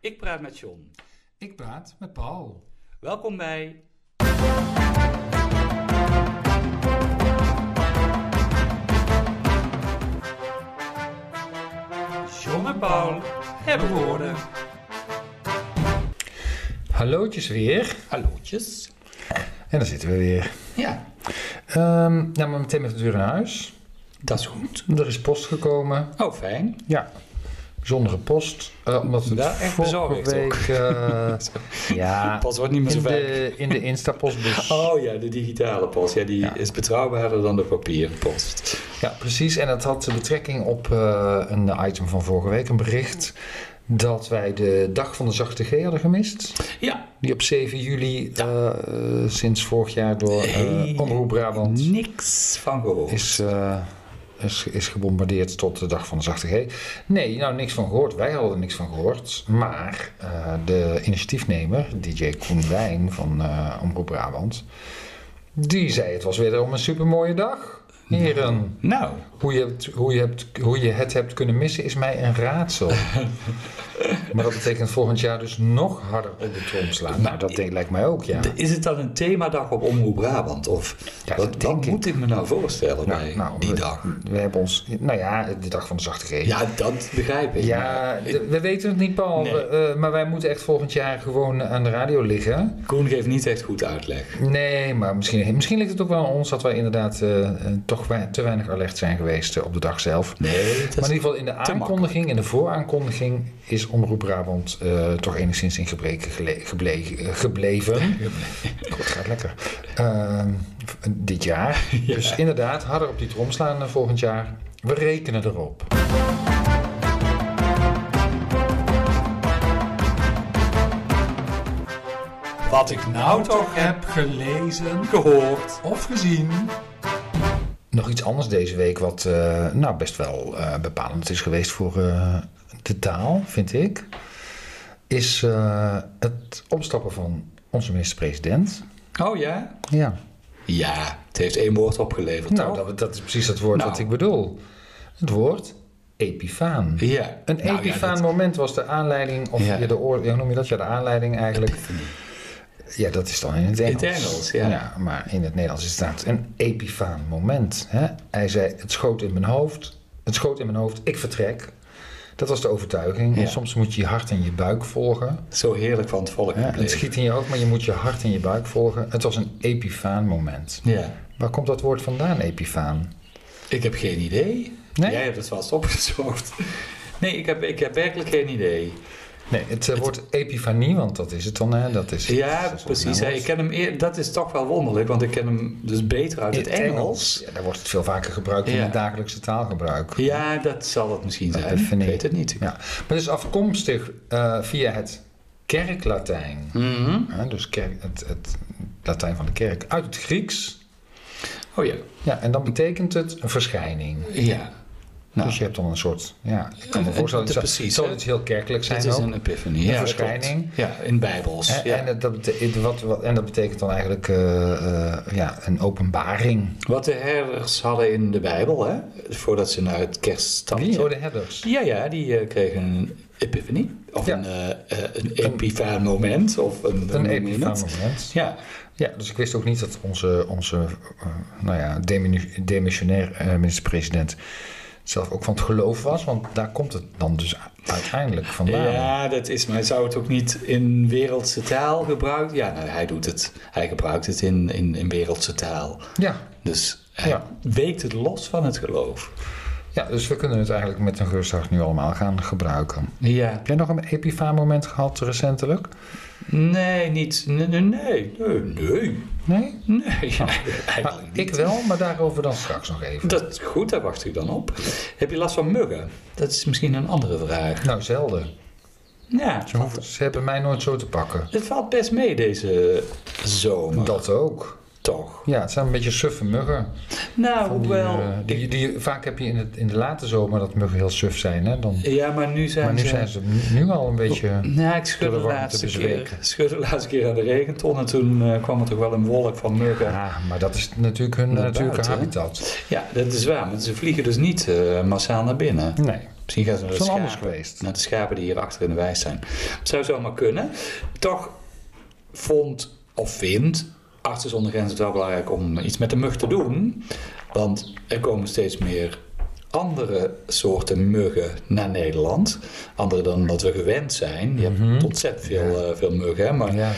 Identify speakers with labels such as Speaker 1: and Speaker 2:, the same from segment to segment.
Speaker 1: Ik praat met John.
Speaker 2: Ik praat met Paul.
Speaker 1: Welkom bij. John en Paul hebben woorden.
Speaker 2: Hallootjes weer.
Speaker 1: Hallootjes.
Speaker 2: En daar zitten we weer.
Speaker 1: Ja,
Speaker 2: Ehm nou, maar meteen met de deur in huis.
Speaker 1: dat is goed.
Speaker 2: Er is post gekomen.
Speaker 1: Oh, fijn.
Speaker 2: Ja. Bijzondere post. Eh, omdat we het
Speaker 1: Wel echt bezorgd
Speaker 2: vorige week... eh, ja.
Speaker 1: Pas wordt niet meer zo
Speaker 2: In
Speaker 1: fijn.
Speaker 2: de, in de Instapostbus.
Speaker 1: Oh ja, de digitale post. Ja, die
Speaker 2: Ja.
Speaker 1: is betrouwbaarder dan de papieren post.
Speaker 2: Ja, precies. En dat had betrekking op eh, een item van vorige week. Een bericht dat wij de dag van de zachte G hadden gemist.
Speaker 1: Ja,
Speaker 2: Die op 7 juli eh, eh, sinds vorig jaar door eh Omroep Brabant...
Speaker 1: niks van gehoord.
Speaker 2: is, eh, is, is gebombardeerd tot de dag van de zachte G. Nee, nou niks van gehoord. Wij hadden er niks van gehoord. Maar eh, de initiatiefnemer, DJ Koen Wijn van eh Omroep Brabant, die zei het was weer om een supermooie dag. Heren,
Speaker 1: Nou,
Speaker 2: hoe je, het, hoe, je hebt, hoe je het hebt kunnen missen is mij een raadsel. maar dat betekent volgend jaar dus nog harder op de trom slaan. Nou, dat denk, lijkt mij ook, ja.
Speaker 1: is het dan een themadag op Omroep Brabant? Of
Speaker 2: Ja, dat
Speaker 1: wat, wat
Speaker 2: denk ik. nou,
Speaker 1: moet ik me nou voorstellen bij die
Speaker 2: we,
Speaker 1: dag?
Speaker 2: we hebben ons, nou ja, de dag van de zachte G.
Speaker 1: Ja, dat begrijp ik.
Speaker 2: Ja, d- we weten het niet, Paul.
Speaker 1: Nee.
Speaker 2: We, eh, maar wij moeten echt volgend jaar gewoon aan de radio liggen.
Speaker 1: Koen geeft niet echt goed uitleg.
Speaker 2: Nee, maar misschien, misschien ligt het ook wel aan ons dat wij inderdaad eh, eh, toch wei- te weinig alert zijn geweest eh, op de dag zelf.
Speaker 1: Nee, dat
Speaker 2: maar
Speaker 1: is...
Speaker 2: in ieder geval in de aankondiging, in de vooraankondiging, is Omroep Brabant eh, toch enigszins in gebrek gele- geble- eh, gebleven. God, het gaat lekker. Ehm, v- dit jaar. Dus inderdaad, harder op die trom slaan eh, volgend jaar. We rekenen erop.
Speaker 1: wat ik nou toch heb
Speaker 2: gelezen.
Speaker 1: gehoord.
Speaker 2: of gezien. Nog iets anders deze week, wat eh, nou best wel eh, bepalend is geweest voor eh, de taal, vind ik. Is eh, het opstappen van onze minister-president.
Speaker 1: Oh ja?
Speaker 2: Ja,
Speaker 1: Ja, het heeft één woord opgeleverd.
Speaker 2: nou,
Speaker 1: toch?
Speaker 2: dat, dat is precies het woord
Speaker 1: Nou.
Speaker 2: wat ik bedoel. Het woord epifaan.
Speaker 1: Ja.
Speaker 2: Een
Speaker 1: Nou ja,
Speaker 2: epifaan
Speaker 1: dat-
Speaker 2: moment was de aanleiding, of
Speaker 1: Ja.
Speaker 2: ja. de oor, ja, hoe noem je dat? Ja, de aanleiding eigenlijk. Ja, dat is dan in het Engels.
Speaker 1: Engels, ja.
Speaker 2: maar in het Nederlands is het inderdaad een epifaan moment. Hè? Hij zei, het schoot in mijn hoofd, het schoot in mijn hoofd, ik vertrek. Dat was de overtuiging.
Speaker 1: Ja.
Speaker 2: En soms moet je je hart en je buik volgen.
Speaker 1: Zo heerlijk van het volk
Speaker 2: Hè? Het
Speaker 1: gebleven.
Speaker 2: schiet in je hoofd, maar je moet je hart en je buik volgen. Het was een epifaan moment.
Speaker 1: Ja.
Speaker 2: Waar komt dat woord vandaan, epifaan?
Speaker 1: Ik heb geen idee.
Speaker 2: Nee?
Speaker 1: Jij hebt het vast opgezocht. Nee, ik heb, ik heb werkelijk geen idee.
Speaker 2: Nee, het, eh, woord epifanie, want dat is het dan, hè? Dat is, dat
Speaker 1: Ja,
Speaker 2: is
Speaker 1: precies.
Speaker 2: een
Speaker 1: hè. Ik ken hem eer- dat is toch wel wonderlijk, want ik ken hem dus beter uit het Engels.
Speaker 2: Ja, daar wordt het veel vaker gebruikt in
Speaker 1: Ja.
Speaker 2: het dagelijkse taalgebruik.
Speaker 1: Ja, dat zal het misschien
Speaker 2: Dat
Speaker 1: zijn.
Speaker 2: vind
Speaker 1: Ik
Speaker 2: ik.
Speaker 1: weet het niet.
Speaker 2: Ja. Maar het is afkomstig eh, via het kerklatijn.
Speaker 1: Mhm.
Speaker 2: Hè, dus kerk, het, het Latijn van de kerk. Uit het Grieks.
Speaker 1: Oh ja.
Speaker 2: Ja, en dan betekent het een verschijning.
Speaker 1: Ja. Nou,
Speaker 2: Dus je hebt dan een soort, ja, ik kan me
Speaker 1: Eh,
Speaker 2: voorstellen,
Speaker 1: eh,
Speaker 2: het zal-
Speaker 1: precies,
Speaker 2: het zal
Speaker 1: hè?
Speaker 2: het heel kerkelijk
Speaker 1: dit
Speaker 2: zijn
Speaker 1: is
Speaker 2: ook.
Speaker 1: een epiphany.
Speaker 2: Een
Speaker 1: ja, dat
Speaker 2: verschijning.
Speaker 1: klopt. Ja, in Bijbels.
Speaker 2: Hè,
Speaker 1: ja.
Speaker 2: en, dat- dat betekent, wat, wat- en dat betekent dan eigenlijk eh, eh, ja, een openbaring.
Speaker 1: Wat de herders hadden in de Bijbel, hè, voordat ze naar het
Speaker 2: Wie? Oh,
Speaker 1: kerststamtje...
Speaker 2: de herders.
Speaker 1: Ja, ja, die eh, kregen een epiphany. Of
Speaker 2: Ja.
Speaker 1: een, eh, eh, een epifaan moment. Of een, hoe noem
Speaker 2: Een
Speaker 1: je
Speaker 2: epifaan
Speaker 1: het?
Speaker 2: moment.
Speaker 1: Ja,
Speaker 2: Ja, dus ik wist ook niet dat onze, onze eh, nou ja, deminu- demissionair eh, minister-president zelf ook van het geloof was. Want daar komt het dan dus u- uiteindelijk vandaan.
Speaker 1: Ja, dat is, maar hij zou het ook niet in wereldse taal gebruiken? Ja, nou, hij doet het. Hij gebruikt het in, in, in wereldse taal.
Speaker 2: Ja.
Speaker 1: Dus hij
Speaker 2: Ja.
Speaker 1: weekt het los van het geloof.
Speaker 2: ja, dus we kunnen het eigenlijk met een gerust hart nu allemaal gaan gebruiken.
Speaker 1: Ja.
Speaker 2: Heb jij nog een epifaan-moment gehad recentelijk?
Speaker 1: Nee, niet. Nee, nee, nee. Nee, nee.
Speaker 2: Nee? Ah,
Speaker 1: nee. Eigenlijk
Speaker 2: Ik
Speaker 1: niet.
Speaker 2: wel, maar daarover dan straks nog even.
Speaker 1: Dat is goed, daar wacht ik dan op. Heb je last van muggen? Dat is misschien een andere vraag.
Speaker 2: Nou, zelden.
Speaker 1: Ja,
Speaker 2: Ze, hoeven- ze hebben mij nooit zo te pakken.
Speaker 1: het valt best mee deze zomer,
Speaker 2: Dat ook.
Speaker 1: toch?
Speaker 2: Ja, het zijn een beetje suffe muggen.
Speaker 1: Nou,
Speaker 2: Die,
Speaker 1: hoewel...
Speaker 2: eh, die, die, vaak heb je in, het, in de late zomer dat muggen heel suf zijn. Hè? Dan
Speaker 1: ja, maar nu zijn
Speaker 2: Maar nu
Speaker 1: ze...
Speaker 2: zijn ze nu al een beetje.
Speaker 1: Nou, ik schudde
Speaker 2: Door
Speaker 1: de,
Speaker 2: de warmte
Speaker 1: laatste
Speaker 2: bezweken.
Speaker 1: keer, schudde de laatste keer aan de regenton en toen eh, kwam er toch wel een wolk van muggen. Ja.
Speaker 2: Ja, maar dat is natuurlijk hun eh,
Speaker 1: Naar
Speaker 2: natuurlijke
Speaker 1: buiten, hè?
Speaker 2: habitat.
Speaker 1: dat is waar, want ze vliegen dus niet eh, massaal naar binnen.
Speaker 2: Nee.
Speaker 1: Misschien gaan ze naar
Speaker 2: Dat
Speaker 1: de,
Speaker 2: is wel anders
Speaker 1: schapen,
Speaker 2: geweest.
Speaker 1: naar de schapen die hier achter in de wijs zijn. Zou zomaar kunnen. Toch vond of vindt Artsen zonder Grenzen het wel belangrijk om iets met de mug te doen. Want er komen steeds meer andere soorten muggen naar Nederland. Andere dan dat we gewend zijn. Je hebt
Speaker 2: Mhm.
Speaker 1: ontzettend veel, eh, veel muggen. hè, Maar
Speaker 2: Ja.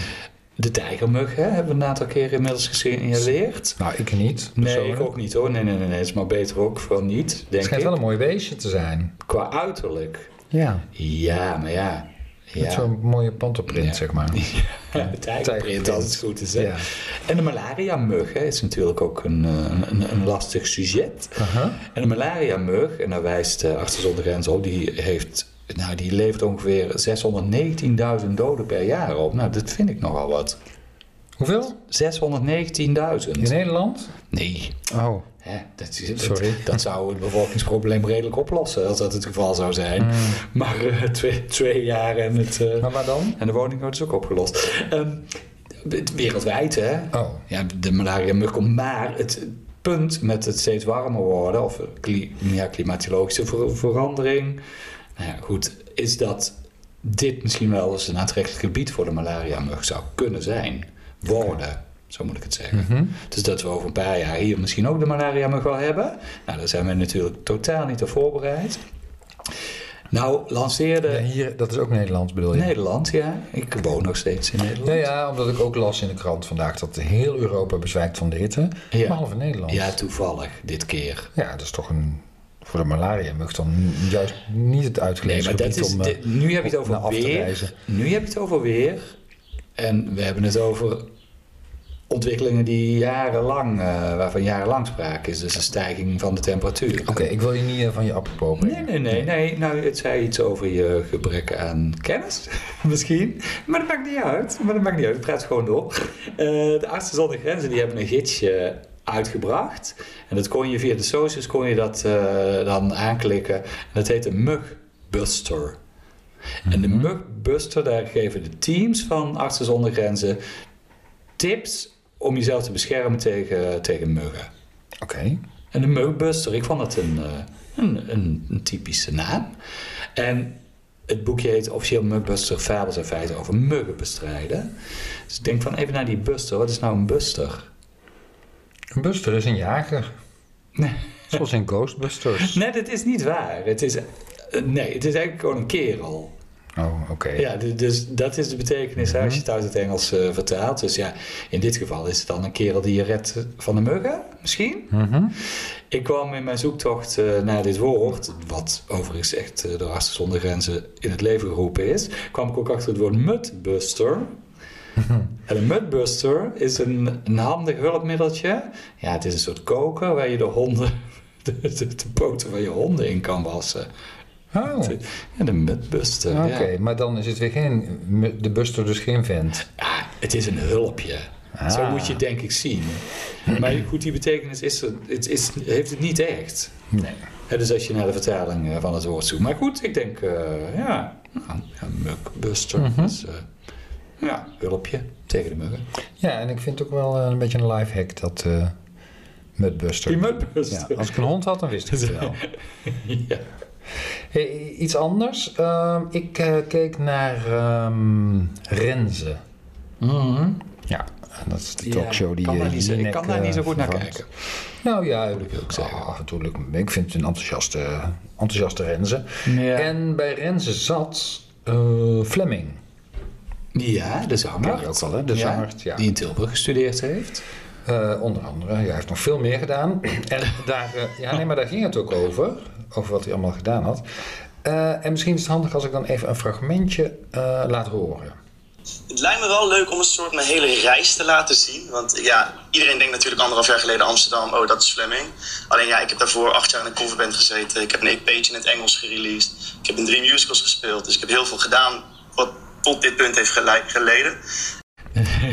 Speaker 1: de tijgermug hè, hebben we een aantal keer inmiddels gesignaleerd.
Speaker 2: Nou, ik niet.
Speaker 1: Nee,
Speaker 2: persoonlijk.
Speaker 1: ik ook niet hoor. Nee, nee, nee, nee. Het is maar beter ook van niet,
Speaker 2: Het
Speaker 1: denk
Speaker 2: schijnt wel
Speaker 1: ik.
Speaker 2: een mooi weesje te zijn.
Speaker 1: Qua uiterlijk.
Speaker 2: Ja.
Speaker 1: Ja, maar ja.
Speaker 2: Met
Speaker 1: Ja.
Speaker 2: zo'n mooie panterprint,
Speaker 1: Ja.
Speaker 2: zeg maar.
Speaker 1: De tijgerprint,
Speaker 2: Tijgerprint.
Speaker 1: als het goed is. Hè?
Speaker 2: Ja.
Speaker 1: En de malaria-mug hè, is natuurlijk ook een, eh, een, een lastig sujet.
Speaker 2: Aha.
Speaker 1: En de malaria-mug, en daar wijst eh Artsen zonder Grenzen op, die, heeft, nou, die levert ongeveer 619.000 doden per jaar op. Nou, dat vind ik nogal wat.
Speaker 2: Hoeveel?
Speaker 1: 619.000?
Speaker 2: In Nederland?
Speaker 1: Nee.
Speaker 2: Oh.
Speaker 1: Hè, dat, is- dat-
Speaker 2: Sorry.
Speaker 1: dat zou het bevolkingsprobleem redelijk oplossen, als dat het geval zou zijn.
Speaker 2: Mm.
Speaker 1: Maar eh, twee, twee jaar en het... eh,
Speaker 2: Maar waar dan?
Speaker 1: En de woningnood is ook opgelost. Ehm, het- wereldwijd, hè?
Speaker 2: Oh.
Speaker 1: Ja, de malaria mug komt. Maar het punt met het steeds warmer worden, of kli- ja, klimatologische ver- verandering, nou ja, goed, is dat dit misschien wel eens een aantrekkelijk gebied voor de malaria mug zou kunnen zijn. Worden, zo moet ik het zeggen.
Speaker 2: Mhm.
Speaker 1: Dus dat we over een paar jaar hier misschien ook de malaria mug wel hebben. Nou, daar zijn we natuurlijk totaal niet op voorbereid. Nou, lanceerde
Speaker 2: Ja, hier, dat is ook Nederlands, bedoel je?
Speaker 1: Nederland, ja. Ik woon nog steeds in Nederland.
Speaker 2: Ja, ja, omdat ik ook las in de krant vandaag dat heel Europa bezwijkt van de hitte,
Speaker 1: Ja.
Speaker 2: behalve Nederland.
Speaker 1: Ja, toevallig, dit keer.
Speaker 2: Ja, dat is toch een, voor de malaria mug dan juist niet het
Speaker 1: Nee,
Speaker 2: uitgelezen
Speaker 1: maar dat
Speaker 2: gebied
Speaker 1: is,
Speaker 2: om... eh,
Speaker 1: dit- nu heb je het
Speaker 2: om naar
Speaker 1: over
Speaker 2: af te
Speaker 1: weer.
Speaker 2: reizen.
Speaker 1: Nu heb je het over weer. En we hebben het over ontwikkelingen die jarenlang, eh, waarvan jarenlang sprake is. Dus een stijging van de temperatuur.
Speaker 2: Oké, ik wil je niet eh, van je apropos
Speaker 1: Nee,
Speaker 2: brengen.
Speaker 1: nee, nee, nee. Nou, het zei iets over je gebrek aan kennis, misschien. Maar dat maakt niet uit. Maar dat maakt niet uit. Ik praat gewoon door. Eh, de Artsen zonder Grenzen die hebben een gidsje uitgebracht. En dat kon je via de socials kon je dat eh, dan aanklikken. En dat heet een mugbuster. En de mugbuster, daar geven de teams van Artsen zonder Grenzen tips om jezelf te beschermen tegen, tegen muggen.
Speaker 2: Oké,
Speaker 1: En de Mugbuster, ik vond dat een, eh, een, een, een typische naam. En het boekje heet officieel Mugbuster, fabels en feiten over muggen bestrijden. Dus ik denk van even naar die buster, wat is nou een buster?
Speaker 2: een buster is een jager.
Speaker 1: Nee.
Speaker 2: Zoals in Ghostbusters.
Speaker 1: Nee, dat is niet waar. Het is, eh, nee, het is eigenlijk gewoon een kerel.
Speaker 2: Oh, oké.
Speaker 1: Ja, d- dus dat is de betekenis hè, als je het uit het Engels eh, vertaalt. Dus ja, in dit geval is het dan een kerel die je redt van de muggen, misschien?
Speaker 2: Mhm.
Speaker 1: Ik kwam in mijn zoektocht eh, naar dit woord, wat overigens echt eh, door Artsen zonder Grenzen in het leven geroepen is, kwam ik ook achter het woord mudbuster. en een mudbuster is een, een handig hulpmiddeltje. Ja, het is een soort koker waar je de honden, de, de, de poten van je honden in kan wassen.
Speaker 2: Oh, oké.
Speaker 1: Ja, de mudbuster. ja.
Speaker 2: Maar dan is het weer geen... De buster dus geen vent.
Speaker 1: Ja, het is een hulpje.
Speaker 2: Ah.
Speaker 1: Zo moet je het denk ik zien. Maar goed, die betekenis is er, het is, heeft het niet echt.
Speaker 2: Nee.
Speaker 1: Hè, dus als je naar de vertaling eh, van het woord zoekt. Maar goed, ik denk, eh, ja, nou, ja, mugbuster.
Speaker 2: Mhm.
Speaker 1: dus, eh, ja, hulpje tegen de muggen.
Speaker 2: Ja, en ik vind het ook wel eh, een beetje een lifehack, dat eh mudbuster.
Speaker 1: Die mugbuster.
Speaker 2: Ja, als ik een hond had, dan wist ik het wel.
Speaker 1: Ja.
Speaker 2: Hey, iets anders. Ehm, ik eh, keek naar ehm, Renze. Ja, en dat is de
Speaker 1: Mhm. Ja,
Speaker 2: talkshow die
Speaker 1: kan
Speaker 2: eh,
Speaker 1: daar niet zo- ik
Speaker 2: Jinek,
Speaker 1: kan daar
Speaker 2: eh,
Speaker 1: niet zo goed naar
Speaker 2: vervangt.
Speaker 1: kijken.
Speaker 2: Nou ja,
Speaker 1: Moet ik ook zeggen.
Speaker 2: ah, het lukt me. ik vind het een enthousiaste, enthousiaste Renze.
Speaker 1: Ja.
Speaker 2: En bij Renze zat eh, Fleming.
Speaker 1: ja, de zanger.
Speaker 2: Ken je ook wel, hè? De zanger, ja.
Speaker 1: Die in Tilburg gestudeerd heeft.
Speaker 2: Eh, onder andere, hij heeft nog veel meer gedaan. En daar, eh, ja, nee, maar daar ging het ook over, over wat hij allemaal gedaan had. Eh, en misschien is het handig als ik dan even een fragmentje eh, laat horen.
Speaker 3: Het lijkt me wel leuk om een soort mijn hele reis te laten zien. Want ja, iedereen denkt natuurlijk anderhalf jaar geleden Amsterdam, oh dat is Fleming. Alleen ja, ik heb daarvoor acht jaar in een coverband gezeten. Ik heb een EP'tje in het Engels gereleased. Ik heb in drie musicals gespeeld. Dus ik heb heel veel gedaan wat tot dit punt heeft gele- geleden.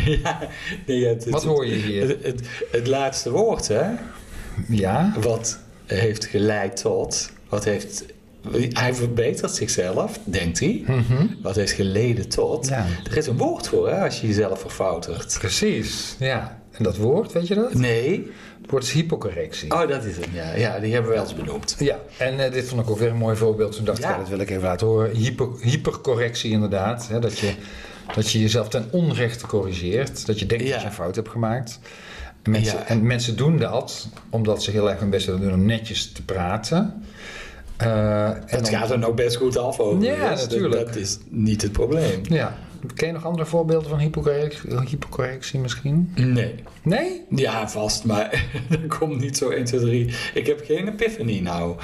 Speaker 1: ja, nee, ja, het-
Speaker 2: Wat
Speaker 1: het-
Speaker 2: hoor je hier?
Speaker 1: Het, het, het laatste woord, hè?
Speaker 2: Ja,
Speaker 1: Wat heeft geleid tot, wat heeft hij verbetert zichzelf, denkt hij. Wat heeft geleden tot.
Speaker 2: Mhm. Ja.
Speaker 1: Er is een woord voor hè, als je jezelf verfoutert.
Speaker 2: Precies, ja. En dat woord, weet je dat?
Speaker 1: Nee.
Speaker 2: Het woord is hypocorrectie.
Speaker 1: Oh, dat is hem. Ja, ja die hebben we wel eens benoemd.
Speaker 2: Ja, en eh, dit vond ik ook weer een mooi voorbeeld. Toen dacht ik,
Speaker 1: Ja.
Speaker 2: ja, dat wil ik even laten horen. Hyper, hypercorrectie inderdaad. Hè, dat, je, dat je jezelf ten onrechte corrigeert. Dat je denkt
Speaker 1: Ja.
Speaker 2: dat je een fout hebt gemaakt. En mensen,
Speaker 1: Ja.
Speaker 2: en mensen doen dat omdat ze heel erg hun best willen doen om netjes te praten. Eh, en
Speaker 1: Het
Speaker 2: dan-
Speaker 1: gaat er nog best goed af over.
Speaker 2: Ja, natuurlijk.
Speaker 1: Dat is niet het probleem.
Speaker 2: Ja. Ken je nog andere voorbeelden van hypocorrectie, hypocorrectie misschien?
Speaker 1: Nee.
Speaker 2: Nee?
Speaker 1: Ja, vast, maar dat komt niet zo 1, 2, 3. Ik heb geen epiphany nou.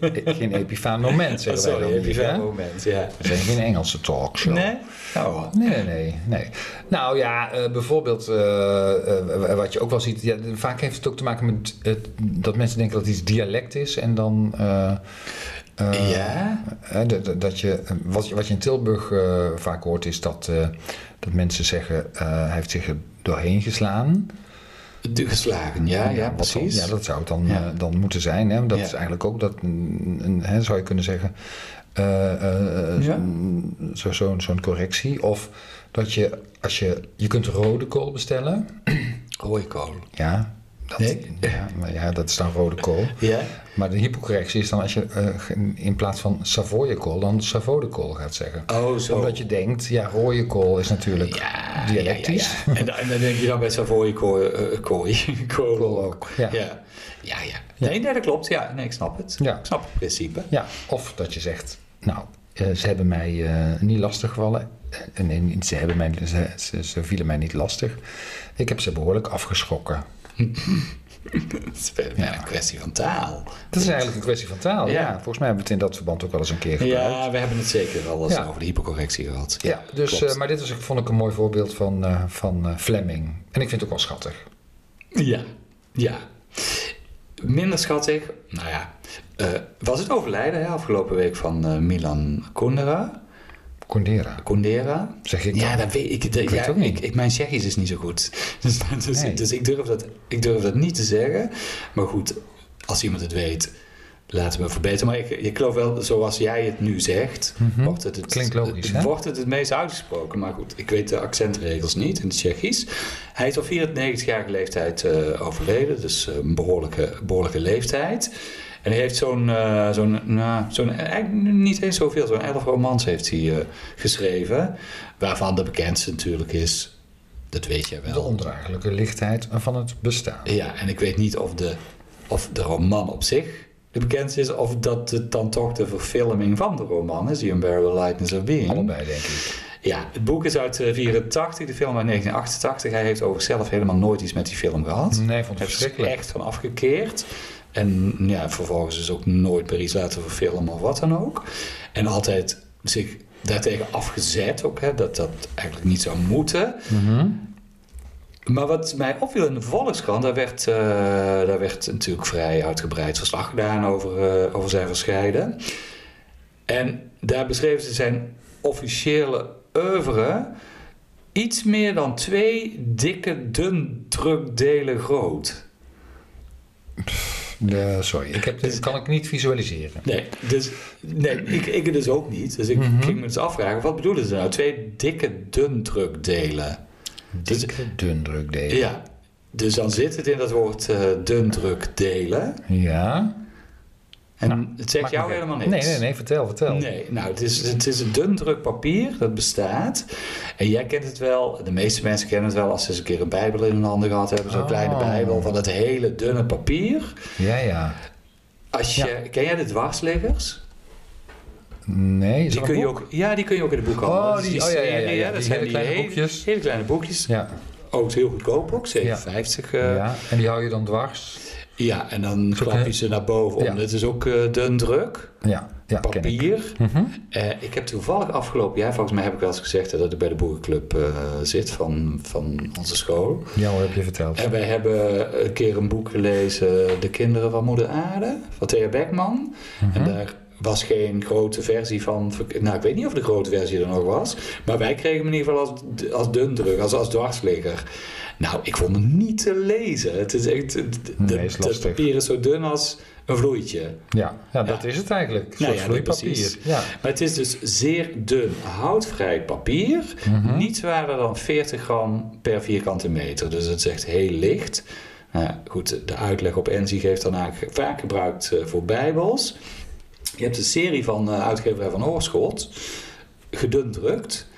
Speaker 1: Oh,
Speaker 2: Geen epifaan moment, zeggen wij
Speaker 1: Sorry,
Speaker 2: dan
Speaker 1: heb je
Speaker 2: hier,
Speaker 1: wel
Speaker 2: hè?
Speaker 1: een moment, ja.
Speaker 2: We zijn geen Engelse talkshow.
Speaker 1: Nee? Oh,
Speaker 2: Nee, nee, nee, nee. Nou ja, eh, bijvoorbeeld eh, eh, wat je ook wel ziet. Ja, de- vaak heeft het ook te maken met het- dat mensen denken dat iets dialect is. En dan eh, eh,
Speaker 1: ja?
Speaker 2: eh, dat- dat- dat je, eh, wat, je- wat je in Tilburg eh, vaak hoort is dat, eh, dat mensen zeggen... eh, hij heeft zich er doorheen geslagen.
Speaker 1: De geslagen, ja, ja,
Speaker 2: Wat dan-
Speaker 1: precies.
Speaker 2: ja, dat zou het dan,
Speaker 1: Ja.
Speaker 2: eh, dan moeten zijn. Hè? Dat
Speaker 1: Ja.
Speaker 2: is eigenlijk ook dat, mm, een- hè, zou je kunnen zeggen, eh, eh, eh,
Speaker 1: Ja.
Speaker 2: zo'n zo, zo'n- zo'n correctie. Of dat je, als je, je kunt rode kool bestellen.
Speaker 1: Rooikool.
Speaker 2: Ja, dat,
Speaker 1: Nee.
Speaker 2: ja, maar ja, dat is dan rode kool.
Speaker 1: Ja?
Speaker 2: Maar de hypocorrectie is dan als je eh, ge- in plaats van Savoyekool dan Savodekool gaat zeggen.
Speaker 1: Oh, zo.
Speaker 2: Omdat je denkt, ja, rode kool is natuurlijk
Speaker 1: Ja,
Speaker 2: dialectisch.
Speaker 1: ja, ja, ja. En, dan- en dan denk je dan bij Savoy kooi. eh, kooi. Kool ook.
Speaker 2: Ja.
Speaker 1: Ja. Ja. ja, Nee, nee, dat klopt. Ja, nee, ik snap het.
Speaker 2: Ja.
Speaker 1: Ik snap het principe.
Speaker 2: Ja, of dat je zegt, nou, eh, ze hebben mij eh, niet lastig gevallen. Eh, nee, niet, ze, hebben mij, ze, ze, ze vielen mij niet lastig. Ik heb ze behoorlijk afgeschrokken.
Speaker 1: Het is bijna een kwestie van taal.
Speaker 2: Dat is eigenlijk een kwestie van taal. Ja.
Speaker 1: Ja.
Speaker 2: volgens mij hebben we het in dat verband ook wel eens een keer gebruikt.
Speaker 1: Ja, we hebben het zeker al eens
Speaker 2: Ja.
Speaker 1: over de hypercorrectie gehad.
Speaker 2: Ja, dus,
Speaker 1: klopt.
Speaker 2: eh, maar dit was, vond ik een mooi voorbeeld van, eh van eh, Fleming. En ik vind het ook wel schattig. eh,
Speaker 1: Ja, ja. Minder schattig, nou ja, eh, was het overlijden hè, afgelopen week van eh, Milan Kundera.
Speaker 2: Condera.
Speaker 1: Kundera.
Speaker 2: Zeg ik
Speaker 1: Ja,
Speaker 2: dan.
Speaker 1: dat weet ik. dat-
Speaker 2: weet
Speaker 1: ja,
Speaker 2: het ook niet.
Speaker 1: Ik, ik- mijn Tsjechisch is niet zo goed. Dus, dus,
Speaker 2: Nee.
Speaker 1: dus ik, durf dat, ik durf dat niet te zeggen. Maar goed, als iemand het weet, laten we verbeteren. Maar ik, ik geloof wel, zoals jij het nu zegt,
Speaker 2: Mhm.
Speaker 1: wordt, het het,
Speaker 2: Klinkt logisch,
Speaker 1: het-
Speaker 2: hè?
Speaker 1: wordt het het meest uitgesproken. Maar goed, ik weet de accentregels niet in het Tsjechisch. Hij is op 94-jarige leeftijd eh, overleden, dus eh, een behoorlijke, behoorlijke leeftijd. En hij heeft zo'n, eh, zo'n, nou, zo'n, eigenlijk niet eens zoveel, zo'n elf romans heeft hij eh, geschreven. Waarvan de bekendste natuurlijk is, dat weet jij
Speaker 2: De
Speaker 1: wel.
Speaker 2: ondraaglijke lichtheid van het bestaan.
Speaker 1: Ja, en ik weet niet of de, of de roman op zich de bekendste is, of dat het dan toch de verfilming van de roman is, The Unbearable Lightness of Being.
Speaker 2: Allebei, denk ik.
Speaker 1: Ja, het boek is uit 1984, de film uit 1988. Hij heeft overigens zelf helemaal nooit iets met die film gehad.
Speaker 2: Nee, ik
Speaker 1: Hij heeft
Speaker 2: vond het
Speaker 1: er
Speaker 2: Mhm. verschrikkelijk.
Speaker 1: echt van afgekeerd. En ja, vervolgens is ook nooit meer iets laten verfilmen of wat dan ook. En altijd zich daartegen afgezet ook, hè, dat dat eigenlijk niet zou moeten.
Speaker 2: Mhm.
Speaker 1: Maar wat mij opviel in de Volkskrant, daar werd, eh, daar werd natuurlijk vrij uitgebreid verslag gedaan over, eh, over zijn verscheiden. En daar beschreven ze zijn officiële oeuvre iets meer dan twee dikke, dun drukdelen groot.
Speaker 2: Eh, sorry, ik heb, dit kan ik niet visualiseren.
Speaker 1: Nee, dus, nee ik, ik het dus ook niet. Dus ik ging me dus afvragen, wat bedoelen ze nou? Twee dikke, dun drukdelen. Dus,
Speaker 2: Dikke dundruk delen.
Speaker 1: ja, dus dan zit het in dat woord eh dun drukdelen.
Speaker 2: Ja.
Speaker 1: En het zegt jou helemaal niks.
Speaker 2: Nou, Nee, nee, nee, vertel, vertel.
Speaker 1: Nee, nou, het is, het is een dun druk papier, dat bestaat. En jij kent het wel, de meeste mensen kennen het wel als ze eens een keer een Bijbel in hun handen gehad hebben. Zo'n
Speaker 2: Oh.
Speaker 1: kleine Bijbel van dat hele dunne papier.
Speaker 2: Ja, ja.
Speaker 1: Als je, Ken jij de dwarsliggers?
Speaker 2: Nee, is
Speaker 1: Die
Speaker 2: dat
Speaker 1: kun
Speaker 2: een
Speaker 1: je
Speaker 2: boek?
Speaker 1: ook, ja, die kun je ook in de boekhandel.
Speaker 2: Oh,
Speaker 1: Dat is
Speaker 2: die- oh, ja, ja, ja,
Speaker 1: serie,
Speaker 2: ja,
Speaker 1: hè, Dat
Speaker 2: die
Speaker 1: zijn
Speaker 2: hele kleine boekjes.
Speaker 1: Hele kleine boekjes.
Speaker 2: Ja,
Speaker 1: Ook heel goedkoop ook, 7,50. eh, ja.
Speaker 2: ja, en die hou je dan dwars?
Speaker 1: en dan
Speaker 2: Zo'n
Speaker 1: klap je
Speaker 2: klein-
Speaker 1: ze naar boven. om.
Speaker 2: Ja.
Speaker 1: Het is ook eh, dun druk.
Speaker 2: Ja, ja ken ik. Mhm.
Speaker 1: papier. Eh, ik heb toevallig afgelopen jaar, volgens mij heb ik wel eens gezegd hè, dat ik bij de boekenclub eh, zit van, van onze school.
Speaker 2: Ja hoor, heb je verteld.
Speaker 1: En wij hebben
Speaker 2: Mhm.
Speaker 1: een keer een boek gelezen, De Kinderen van Moeder Aarde, van Thea Beckman. En daar was geen grote versie van. Nou, ik weet niet of de grote versie er nog was. Maar wij kregen hem in ieder geval als, als dun druk, als, als dwarsligger. Nou, ik vond hem niet te lezen. Het is echt. Het,
Speaker 2: Nee,
Speaker 1: de-
Speaker 2: is
Speaker 1: het
Speaker 2: lastig.
Speaker 1: papier is zo dun als een vloeitje.
Speaker 2: Ja, ja, dat is het eigenlijk. Een soort
Speaker 1: Nou ja, nee,
Speaker 2: vloeipapier.
Speaker 1: precies.
Speaker 2: Ja.
Speaker 1: Maar het is dus zeer dun houtvrij papier. Niet zwaarder dan 40 gram per vierkante meter. Dus het is echt heel licht. Nou ja, goed, de uitleg op Enzi geeft dan eigenlijk vaak gebruikt eh, voor bijbels. Je hebt een serie van eh, uitgeverij van Oorschot, gedundrukt.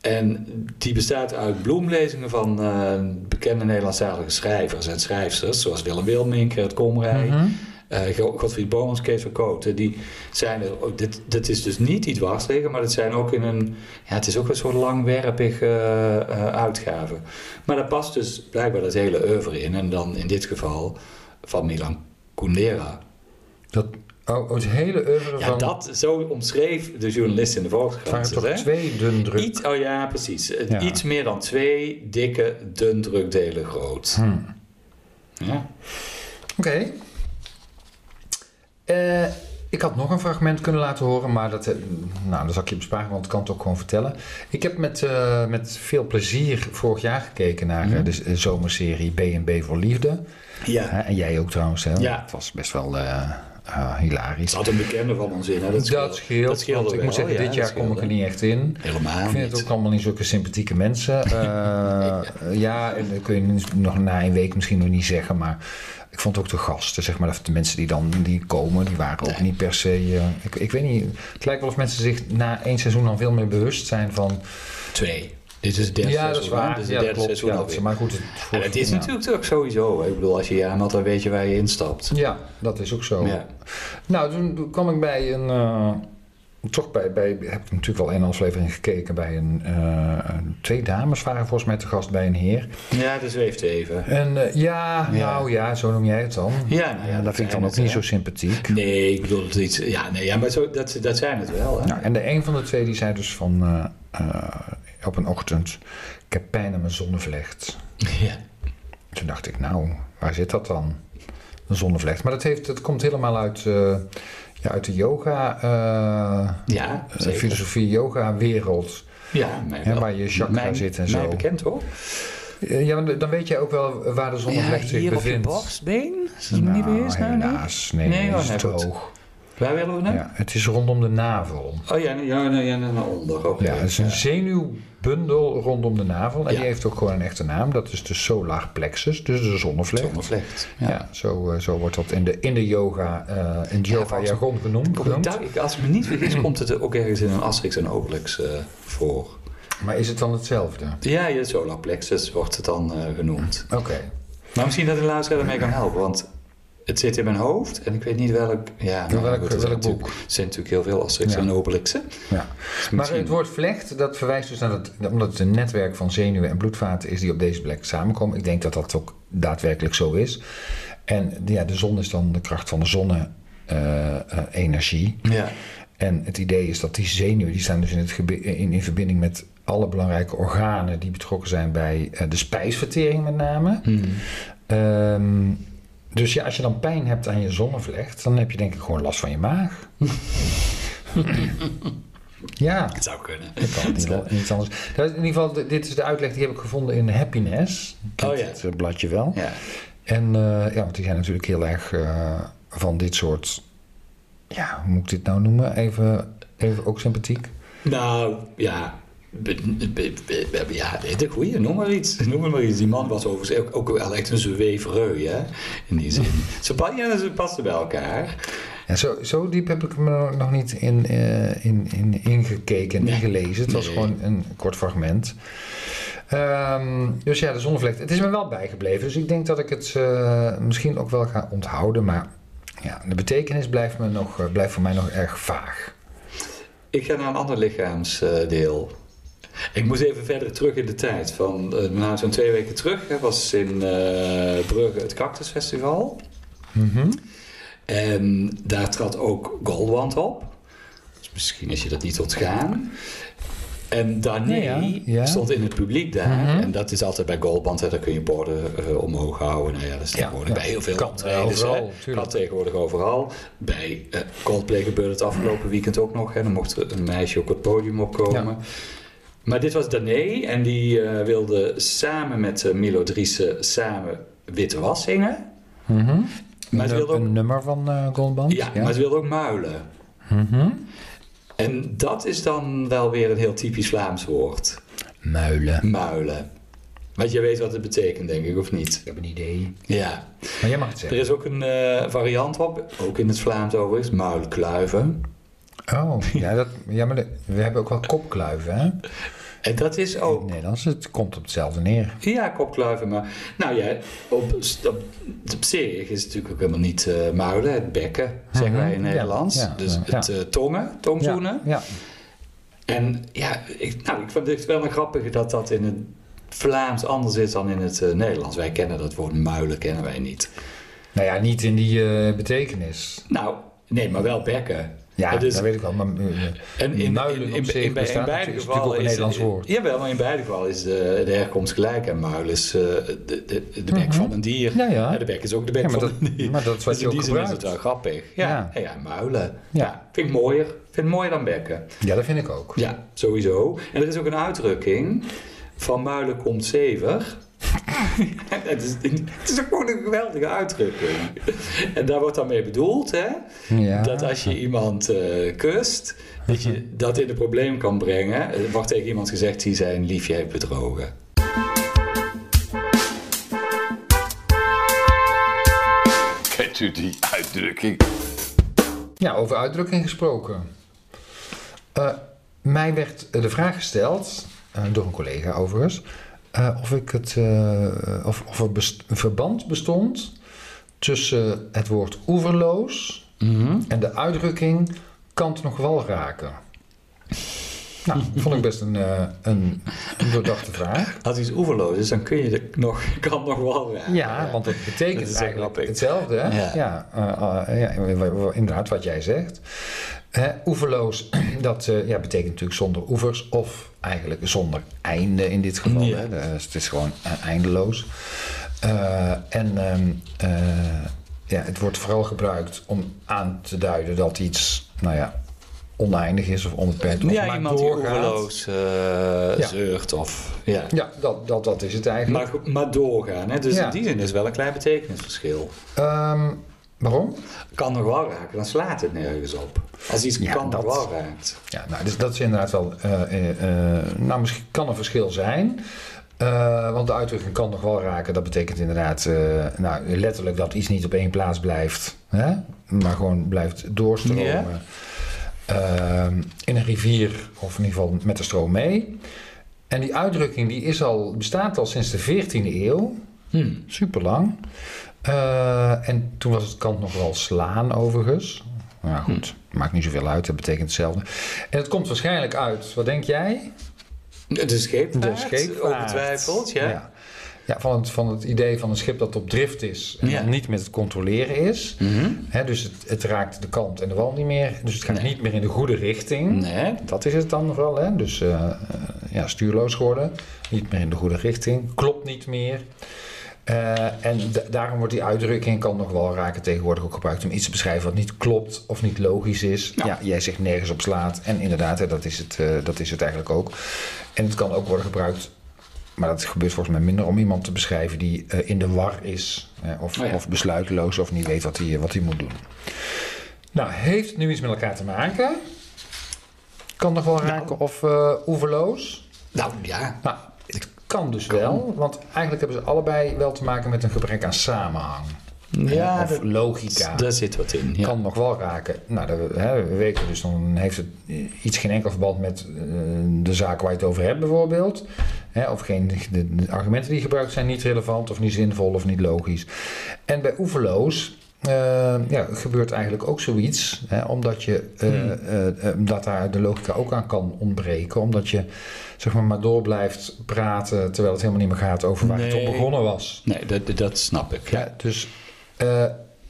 Speaker 1: En die bestaat uit bloemlezingen van eh, bekende Nederlandstalige schrijvers en schrijfsters, zoals Willem Wilmink, Gerrit Komrij, eh, Go- Godfried Bomans, Kees van Kooten. Die zijn er, ook- dit, dit is dus niet die dwarsliggen, maar dat zijn ook in een, ja, het is ook een soort langwerpige eh, eh, uitgave. Maar daar past dus blijkbaar dat hele oeuvre in, en dan in dit geval van Milan Kundera.
Speaker 2: Dat, oh, het hele oeuvre
Speaker 1: Ja,
Speaker 2: van...
Speaker 1: dat, zo omschreef de journalist in de
Speaker 2: waren
Speaker 1: Volkskrant.
Speaker 2: toch
Speaker 1: het, hè?
Speaker 2: twee dundruk.
Speaker 1: Iets, oh ja, precies. Eh,
Speaker 2: Ja.
Speaker 1: Iets meer dan twee dikke dundrukdelen groot.
Speaker 2: Hmm.
Speaker 1: Ja.
Speaker 2: Oké. Eh, ik had nog een fragment kunnen laten horen, maar dat, eh, nou, dat zal ik je besparen, want ik kan het ook gewoon vertellen. Ik heb met, eh, met veel plezier vorig jaar gekeken naar
Speaker 1: Mhm.
Speaker 2: eh, de z- eh, zomerserie B&B voor Liefde.
Speaker 1: ja.
Speaker 2: Hè, en jij ook trouwens, hè?
Speaker 1: Ja.
Speaker 2: Het was best wel eh, eh, hilarisch.
Speaker 1: Er zat een bekende van ons in. Hè? Dat scheelde,
Speaker 2: dat scheelt,
Speaker 1: dat scheelde
Speaker 2: want ik
Speaker 1: wel, Oh
Speaker 2: moet zeggen,
Speaker 1: ja,
Speaker 2: dit
Speaker 1: dat
Speaker 2: jaar kom ik
Speaker 1: scheelde.
Speaker 2: er niet echt in.
Speaker 1: Helemaal
Speaker 2: Ik vind het
Speaker 1: niet.
Speaker 2: ook allemaal niet zulke sympathieke mensen. Eh, ja, en dat kun je nu nog na een week misschien nog niet zeggen, maar ik vond ook de gasten, zeg maar, of de mensen die dan die komen, die waren ook niet per se. eh, ik, ik weet niet, het lijkt wel of mensen zich na één seizoen dan veel meer bewust zijn van.
Speaker 1: Twee. Dit is het derde
Speaker 2: Ja, dat is
Speaker 1: seizoen, hè?
Speaker 2: waar.
Speaker 1: Dit is
Speaker 2: Ja,
Speaker 1: het
Speaker 2: dat
Speaker 1: derde
Speaker 2: klopt.
Speaker 1: seizoen
Speaker 2: Ja,
Speaker 1: alweer.
Speaker 2: maar goed, het,
Speaker 1: En het is
Speaker 2: ja.
Speaker 1: natuurlijk ook sowieso. hè. Ik bedoel, als je je aan had, dan weet je waar je instapt.
Speaker 2: Ja, dat is ook zo.
Speaker 1: Ja.
Speaker 2: Nou, toen toen kwam ik bij een. eh, toch bij, bij. Heb ik natuurlijk wel één aflevering gekeken bij een. eh, twee dames waren volgens mij te gast bij een heer.
Speaker 1: Ja, dat zweeft even.
Speaker 2: En eh, ja,
Speaker 1: Ja.
Speaker 2: nou ja, zo noem jij het dan.
Speaker 1: Ja, nou ja,
Speaker 2: Eh,
Speaker 1: dat
Speaker 2: dat vind ik
Speaker 1: zijn
Speaker 2: dan ook
Speaker 1: het,
Speaker 2: niet
Speaker 1: hè.
Speaker 2: zo sympathiek.
Speaker 1: Nee, ik bedoel, het iets, ja, nee, ja, maar zo, dat, dat zijn het wel. Hè?
Speaker 2: Nou, en de een van de twee die zei dus van. eh, eh, op een ochtend. Ik heb pijn aan mijn zonnevlecht.
Speaker 1: Ja.
Speaker 2: Toen dacht ik, nou, waar zit dat dan? Een zonnevlecht. Maar dat, heeft, dat komt helemaal uit, eh, ja, uit de yoga. eh,
Speaker 1: Ja,
Speaker 2: Eh,
Speaker 1: zeker.
Speaker 2: filosofie, yoga, wereld.
Speaker 1: ja, mijn,
Speaker 2: Hè, waar je chakra
Speaker 1: mijn-
Speaker 2: zit en zo.
Speaker 1: Mij bekend hoor.
Speaker 2: Eh, Ja, maar dan weet je ook wel waar de
Speaker 1: Ja,
Speaker 2: zonnevlecht zich
Speaker 1: hier op je
Speaker 2: bevindt.
Speaker 1: borstbeen? Is het
Speaker 2: Nou,
Speaker 1: niet beheerst? Nou, nee.
Speaker 2: helaas, nee,
Speaker 1: Nee,
Speaker 2: het
Speaker 1: oh,
Speaker 2: is
Speaker 1: nee,
Speaker 2: te
Speaker 1: goed.
Speaker 2: hoog.
Speaker 1: Waar willen we naar?
Speaker 2: Ja, het is rondom de navel.
Speaker 1: Oh ja, nee, ja, nee, ja, nee, naar onder. oké.
Speaker 2: Ja, het is een zenuwbundel rondom de navel. En
Speaker 1: Ja.
Speaker 2: die heeft ook gewoon een echte naam. Dat is de solar plexus, dus de zonnevlecht.
Speaker 1: Zonnevlecht.
Speaker 2: Ja,
Speaker 1: Ja.
Speaker 2: zo, eh, zo wordt dat in de, in de yoga, eh, in het yoga
Speaker 1: volgens-
Speaker 2: jargon genoemd.
Speaker 1: Komt daar- ik- als ik me niet vergis, komt het ook ergens in een Asterix en Obelix eh, voor.
Speaker 2: Maar is het dan hetzelfde?
Speaker 1: Ja, je solar plexus wordt het dan eh, genoemd.
Speaker 2: Oké.
Speaker 1: Maar misschien dat de luisteraar ermee kan helpen, want het zit in mijn hoofd en ik weet niet welk... Ja, nou,
Speaker 2: Welk-
Speaker 1: goed, er
Speaker 2: welk
Speaker 1: zijn natuurlijk-
Speaker 2: boek?
Speaker 1: Er zijn natuurlijk heel veel Asterix
Speaker 2: Ja.
Speaker 1: en Dus Obelixen.
Speaker 2: Ja. Maar het woord vlecht, dat verwijst dus naar het, omdat het een netwerk van zenuwen en bloedvaten is die op deze plek samenkomen. Ik denk dat dat ook daadwerkelijk zo is. En ja, de zon is dan de kracht van de zonne-energie.
Speaker 1: Ja.
Speaker 2: en het idee is dat die zenuwen, die staan dus in, het gebe- in, in verbinding met alle belangrijke organen die betrokken zijn bij eh, de spijsvertering met name. Ehm, dus ja, als je dan pijn hebt aan je zonnevlecht, dan heb je denk ik gewoon last van je maag. ja.
Speaker 1: Het zou kunnen.
Speaker 2: Ik kan het niet, wel- niet anders. Dat is In ieder geval, d- dit is de uitleg die heb ik gevonden in Happiness. Kent
Speaker 1: Oh ja.
Speaker 2: Het eh, bladje wel.
Speaker 1: Ja.
Speaker 2: En eh, ja, want die zijn natuurlijk heel erg eh, van dit soort. Ja, hoe moet ik dit nou noemen? Even, even ook sympathiek.
Speaker 1: Nou, ja. Be- be- be- be- Ja, dit is een goeie. Noem maar iets. Noem maar iets. Die man was overigens ook, ook wel echt een zweefreu, hè? In die zin. Ze, pa- ja, ze pasten bij elkaar.
Speaker 2: Ja, zo, zo diep heb ik me er nog niet in, eh, in, in, ingekeken en
Speaker 1: Nee.
Speaker 2: ingelezen. Het was
Speaker 1: Nee.
Speaker 2: gewoon een kort fragment. Ehm, dus ja, de zonnevlekt. Het is me wel bijgebleven. Dus ik denk dat ik het eh, misschien ook wel ga onthouden. Maar ja, de betekenis blijft, me nog, eh, blijft voor mij nog erg vaag.
Speaker 1: Ik ga naar een ander lichaamsdeel. Ik moest even verder terug in de tijd. Van, eh, nou, zo'n twee weken terug hè, was in eh, Brugge het Cactusfestival.
Speaker 2: Mhm.
Speaker 1: En daar trad ook Goldwand op. Dus misschien is je dat niet ontgaan. En Dané
Speaker 2: Ja, ja.
Speaker 1: stond in het publiek daar.
Speaker 2: Mhm.
Speaker 1: En dat is altijd bij goalband, hè, daar kun je borden eh, omhoog houden. Nou ja, dat is
Speaker 2: Ja,
Speaker 1: tegenwoordig
Speaker 2: ja.
Speaker 1: bij heel veel
Speaker 2: Kan
Speaker 1: optredens, dus, hè.
Speaker 2: overal, tuurlijk.
Speaker 1: Kan tegenwoordig overal. Bij eh, Coldplay gebeurde het afgelopen weekend ook nog. Hè. Dan mocht er een meisje ook op het podium opkomen.
Speaker 2: Ja.
Speaker 1: Maar dit was Dané en die eh, wilde samen met eh, Milo Driessen samen Witte Was zingen.
Speaker 2: Mhm.
Speaker 1: Maar ze
Speaker 2: Nu-
Speaker 1: wilde ook
Speaker 2: Een nummer van eh Goldband?
Speaker 1: ja, maar ze wilde ook muilen.
Speaker 2: Mhm.
Speaker 1: En dat is dan wel weer een heel typisch Vlaams woord.
Speaker 2: Muilen.
Speaker 1: Muilen. Want je weet wat het betekent, denk ik, of niet?
Speaker 2: Ik heb een idee.
Speaker 1: Ja.
Speaker 2: Maar jij mag het
Speaker 1: Er
Speaker 2: zeggen.
Speaker 1: is ook een eh, variant op, ook in het Vlaams overigens, muilkluiven.
Speaker 2: Oh, ja, dat, ja maar de- we hebben ook wel kopkluiven, hè?
Speaker 1: En dat is
Speaker 2: In het
Speaker 1: ook...
Speaker 2: Nederlands, het komt op hetzelfde neer.
Speaker 1: Ja, kopkluiven, maar... Nou ja, op, op, op zich is het natuurlijk ook helemaal niet eh, muilen, het bekken, zeggen wij in
Speaker 2: Mhm, ja,
Speaker 1: Nederlands.
Speaker 2: ja,
Speaker 1: dus
Speaker 2: ja.
Speaker 1: het eh, tongen, tongzoenen.
Speaker 2: Ja,
Speaker 1: En ja, ik, nou, ik vond het wel een grappige dat dat in het Vlaams anders is dan in het eh, Nederlands. Wij kennen dat woord muilen, kennen wij niet.
Speaker 2: Nou ja, niet in die eh, betekenis.
Speaker 1: Nou, nee, maar wel bekken.
Speaker 2: Ja,
Speaker 1: Het is-
Speaker 2: dat weet ik wel. Maar, eh,
Speaker 1: en in,
Speaker 2: muilen
Speaker 1: in, in,
Speaker 2: op
Speaker 1: in-
Speaker 2: zich
Speaker 1: in- in
Speaker 2: bestaat
Speaker 1: beide
Speaker 2: natuurlijk- is
Speaker 1: gevallen
Speaker 2: natuurlijk ook een Nederlands woord.
Speaker 1: Jawel, maar in beide gevallen is de, de herkomst gelijk. En muil is eh, de, de, de bek van een dier.
Speaker 2: Mhm. Ja, ja.
Speaker 1: En de bek is ook de bek
Speaker 2: Ja, maar
Speaker 1: van
Speaker 2: dat-
Speaker 1: een dier.
Speaker 2: maar dat is wat
Speaker 1: dus
Speaker 2: je
Speaker 1: in
Speaker 2: ook
Speaker 1: die zin is het wel
Speaker 2: gebruikt.
Speaker 1: grappig. Ja,
Speaker 2: Ja.
Speaker 1: ja. muilen.
Speaker 2: Ja.
Speaker 1: Ja, vind ik mooier. Vind ik mooier dan bekken.
Speaker 2: ja, dat vind ik ook.
Speaker 1: Ja, sowieso. En er is ook een uitdrukking. Van muilen komt zever. het, is, het is ook gewoon een geweldige uitdrukking. En daar wordt dan mee bedoeld, hè?
Speaker 2: Ja.
Speaker 1: Dat als je iemand eh, kust, dat je dat in een probleem kan brengen. Er wordt tegen iemand gezegd die zijn liefje heeft bedrogen.
Speaker 4: Kent u die uitdrukking?
Speaker 2: Ja, over uitdrukking gesproken. Eh, mij werd eh, de vraag gesteld, eh, door een collega overigens, eh, of, ik het, eh, of, of er best- een verband bestond tussen het woord oeverloos en de uitdrukking kant nog wel raken. Nou, vond ik best een, eh, een doordachte vraag.
Speaker 1: Als iets oeverloos is, dan kun je er nog, kan nog wel raken.
Speaker 2: Ja, want dat betekent
Speaker 1: Dat is echt
Speaker 2: eigenlijk
Speaker 1: grappig.
Speaker 2: hetzelfde. Hè?
Speaker 1: Ja.
Speaker 2: Ja, eh, eh, ja, wa- wa- inderdaad, wat jij zegt. Hè, oeverloos, dat eh, ja, betekent natuurlijk zonder oevers of eigenlijk zonder einde in dit geval.
Speaker 1: Ja.
Speaker 2: Hè? Dus het is gewoon eh, eindeloos. Eh, en ehm, eh, ja, het wordt vooral gebruikt om aan te duiden dat iets, nou ja, oneindig is of onbeperkt of
Speaker 1: Ja,
Speaker 2: maar
Speaker 1: iemand die
Speaker 2: doorgaat.
Speaker 1: oeverloos eh,
Speaker 2: Ja.
Speaker 1: zeurt of... Ja.
Speaker 2: Ja, dat, dat, dat is het eigenlijk.
Speaker 1: Maar, goed, maar doorgaan. Hè? Dus
Speaker 2: Ja.
Speaker 1: in die zin is wel een klein betekenisverschil.
Speaker 2: Ehm, waarom?
Speaker 1: Kan nog wel raken, dan slaat het nergens op. Als iets
Speaker 2: Ja,
Speaker 1: kan nog
Speaker 2: dat-
Speaker 1: wel raakt.
Speaker 2: Ja, nou, dus dat is inderdaad wel. eh, eh, eh, nou, misschien kan een verschil zijn. Eh, want de uitdrukking kan nog wel raken. Dat betekent inderdaad eh, nou, letterlijk dat iets niet op één plaats blijft. Hè? Maar gewoon blijft doorstromen.
Speaker 1: Ja.
Speaker 2: Ehm, in een rivier, of in ieder geval met de stroom mee. En die uitdrukking die is al, bestaat al sinds de 14e eeuw.
Speaker 1: Hm.
Speaker 2: Super lang. en toen was het kant nog wel slaan, overigens. Nou ja, goed,
Speaker 1: Hmm.
Speaker 2: maakt niet zoveel uit, dat betekent hetzelfde. En het komt waarschijnlijk uit, wat denk jij?
Speaker 1: De scheepvaart,
Speaker 2: De scheepvaart.
Speaker 1: ongetwijfeld, ja.
Speaker 2: Ja, Ja, van, het, van het idee van een schip dat op drift is en
Speaker 1: Ja.
Speaker 2: niet met het controleren is.
Speaker 1: Mhm.
Speaker 2: Hè, dus het, het raakt de kant en de wal niet meer. Dus het gaat niet meer in de goede richting.
Speaker 1: Nee.
Speaker 2: Dat is het dan vooral, hè? Dus eh, eh, ja, stuurloos geworden, niet meer in de goede richting, klopt niet meer. Eh, en da- daarom wordt die uitdrukking kan nog wel raken tegenwoordig ook gebruikt om iets te beschrijven wat niet klopt of niet logisch is. Ja, jij zegt nergens op slaat. En inderdaad, hè, dat, is het, eh, dat is het eigenlijk ook. En het kan ook worden gebruikt, maar dat gebeurt volgens mij minder om iemand te beschrijven die eh, in de war is. eh, of,
Speaker 1: Oh ja.
Speaker 2: of besluiteloos of niet weet wat hij wat hij moet doen. Nou, heeft het nu iets met elkaar te maken? Kan nog wel raken of eh, oeverloos?
Speaker 1: Nou ja,
Speaker 2: Nou, het kan dus wel, want eigenlijk hebben ze allebei wel te maken met een gebrek aan samenhang.
Speaker 1: ja
Speaker 2: of
Speaker 1: dat-
Speaker 2: logica.
Speaker 1: daar zit wat in. Ja.
Speaker 2: Kan nog wel raken. Nou, dat, hè, we weten dus dan heeft het eh, iets geen enkel verband met eh, de zaak waar je het over hebt, bijvoorbeeld. Hè, of geen, de, de argumenten die gebruikt zijn niet relevant, of niet zinvol, of niet logisch. En bij oeverloos eh, ja, gebeurt eigenlijk ook zoiets, hè, omdat je, eh,
Speaker 1: Hmm.
Speaker 2: eh, eh, omdat daar de logica ook aan kan ontbreken, omdat je zeg maar, maar door blijft praten terwijl het helemaal niet meer gaat over waar het
Speaker 1: Nee.
Speaker 2: op begonnen was.
Speaker 1: Nee, dat, dat snap ik. Ja.
Speaker 2: Ja, dus, eh,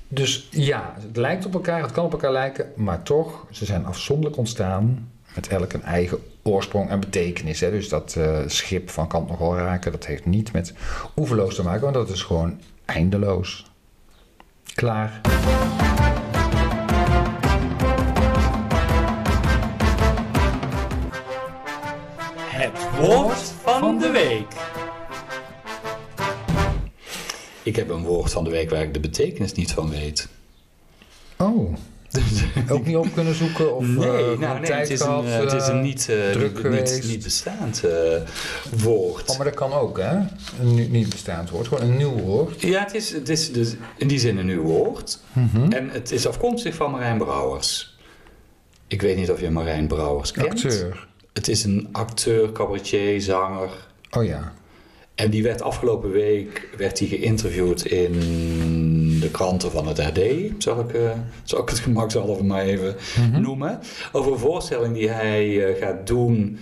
Speaker 2: dus ja, het lijkt op elkaar, het kan op elkaar lijken, maar toch, ze zijn afzonderlijk ontstaan met elk een eigen oorsprong en betekenis. Hè? Dus dat eh, schip van kant nog wel raken, dat heeft niet met oeverloos te maken, want dat is gewoon eindeloos. Klaar.
Speaker 1: Het woord van de week. Ik heb een woord van de week waar ik de betekenis niet van weet.
Speaker 2: Oh. Ook niet op kunnen zoeken of eh, gewoon tijd
Speaker 1: nou, het is
Speaker 2: gehad,
Speaker 1: een, eh, het is een
Speaker 2: eh,
Speaker 1: niet, eh,
Speaker 2: druk
Speaker 1: niet, niet,
Speaker 2: geweest.
Speaker 1: niet bestaand eh, woord.
Speaker 2: Oh, maar dat kan ook, hè? Een nu- niet bestaand woord, gewoon een nieuw woord.
Speaker 1: Ja, het is, het is dus in die zin een nieuw woord. En het is afkomstig van Marijn Brouwers. Ik weet niet of je Marijn Brouwers kent.
Speaker 2: Acteur.
Speaker 1: Het is een acteur, cabaretier, zanger.
Speaker 2: Oh ja.
Speaker 1: En die werd afgelopen week werd die geïnterviewd in de kranten van het RD. Zal ik, eh, zal ik het gemakshalve maar even noemen. Over een voorstelling die hij eh, gaat doen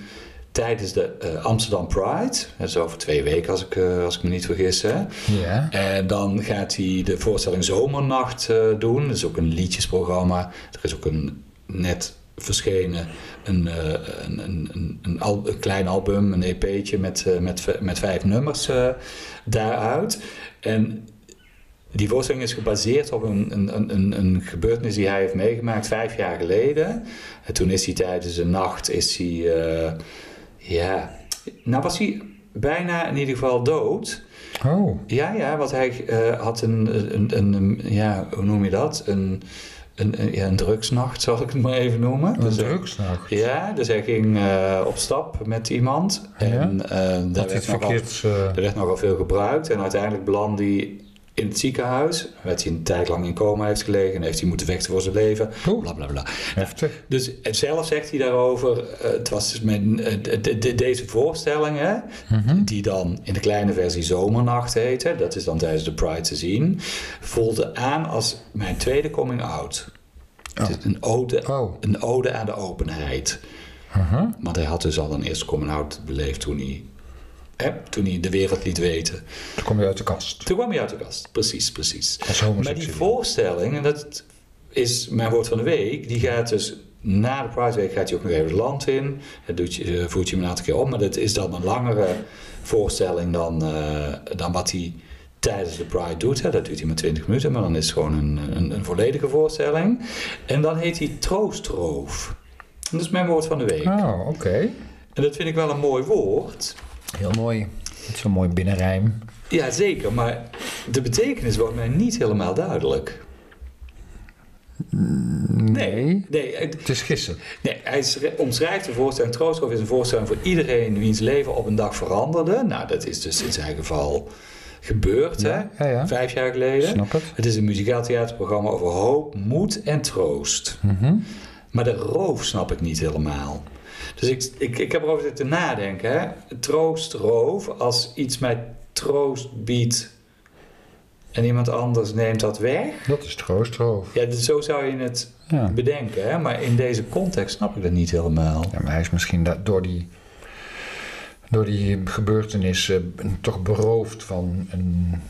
Speaker 1: tijdens de eh, Amsterdam Pride. Dat is over twee weken als ik, eh, als ik me niet vergis. Hè?
Speaker 2: Ja.
Speaker 1: En Eh, dan gaat hij de voorstelling Zomernacht eh, doen. Dat is ook een liedjesprogramma. Er is ook een net verschenen een, eh, een, een, een, een, al- een klein album, een EP'tje met, eh, met, v- met vijf nummers eh, daaruit. En die voorstelling is gebaseerd op een, een, een- een, een gebeurtenis die hij heeft meegemaakt vijf jaar geleden. En toen is hij tijdens een nacht, is hij, eh, ja, nou was hij bijna in ieder geval dood.
Speaker 2: Oh.
Speaker 1: Ja, ja, want hij eh, had een, een, een, een- ja, hoe noem je dat? Een, een, een, ja, een drugsnacht, zal ik het maar even noemen.
Speaker 2: Een
Speaker 1: Dus hij-
Speaker 2: drugsnacht.
Speaker 1: Ja, dus hij ging eh, op stap met iemand. En eh, daar,
Speaker 2: Dat is
Speaker 1: werd nogal,
Speaker 2: verkeerds. eh,
Speaker 1: daar werd nogal veel gebruikt. En uiteindelijk belandde hij in het ziekenhuis. Werd hij een tijd lang in coma heeft gelegen. En heeft hij moeten vechten voor zijn leven.
Speaker 2: Oeh.
Speaker 1: Bla, bla, bla.
Speaker 2: heftig.
Speaker 1: Dus zelf zegt hij daarover, eh, het was dus mijn, eh, de- de- de- deze voorstellingen, die dan in de kleine versie Zomernacht heet, hè, dat is dan tijdens de Pride te zien, voelde aan als mijn tweede coming out. Het is een ode,
Speaker 2: Oh.
Speaker 1: een ode aan de openheid.
Speaker 2: Aha.
Speaker 1: Want hij had dus al een eerste coming out beleefd toen hij, hè, toen hij de wereld liet weten.
Speaker 2: Toen kom je uit de kast.
Speaker 1: Toen kwam hij uit de kast, precies, precies.
Speaker 2: Als
Speaker 1: Maar
Speaker 2: homoseksueel.
Speaker 1: die voorstelling, en dat is mijn woord van de week, die gaat dus na de Pride Week gaat hij ook nog even het land in. Dat doet je, eh, voert je hem een aantal keer op, maar dat is dan een langere voorstelling dan, eh, dan wat hij tijdens de Pride doet. Hè. Dat duurt hij maar 20 minuten, maar dan is het gewoon een, een, een volledige voorstelling. En dan heet hij Troostroof. En Dat is mijn woord van de week.
Speaker 2: Oh, oké.
Speaker 1: En dat vind ik wel een mooi woord.
Speaker 2: Heel mooi. Het is een mooi binnenrijm.
Speaker 1: Ja, zeker, maar de betekenis wordt mij niet helemaal duidelijk.
Speaker 2: nee.
Speaker 1: Nee, het-
Speaker 2: Het is gissen.
Speaker 1: Nee, hij schre- omschrijft de voorstelling. Troosthof is een voorstelling voor iedereen wiens leven op een dag veranderde. Nou, dat is dus in zijn geval gebeurd, hè?
Speaker 2: ja, ja.
Speaker 1: Vijf jaar geleden.
Speaker 2: Snap het.
Speaker 1: Het is een muzikaal theaterprogramma over hoop, moed en troost.
Speaker 2: Mhm.
Speaker 1: Maar de roof snap ik niet helemaal. Dus ik, ik, ik heb erover zitten nadenken. Hè? Troost, roof, als iets mij troost biedt en iemand anders neemt dat weg.
Speaker 2: Dat is troostroof.
Speaker 1: Ja, dus zo zou je het
Speaker 2: Ja.
Speaker 1: bedenken, hè? maar in deze context snap ik dat niet helemaal.
Speaker 2: Ja, maar hij is misschien da- door die, door die gebeurtenis eh, b- toch beroofd van een.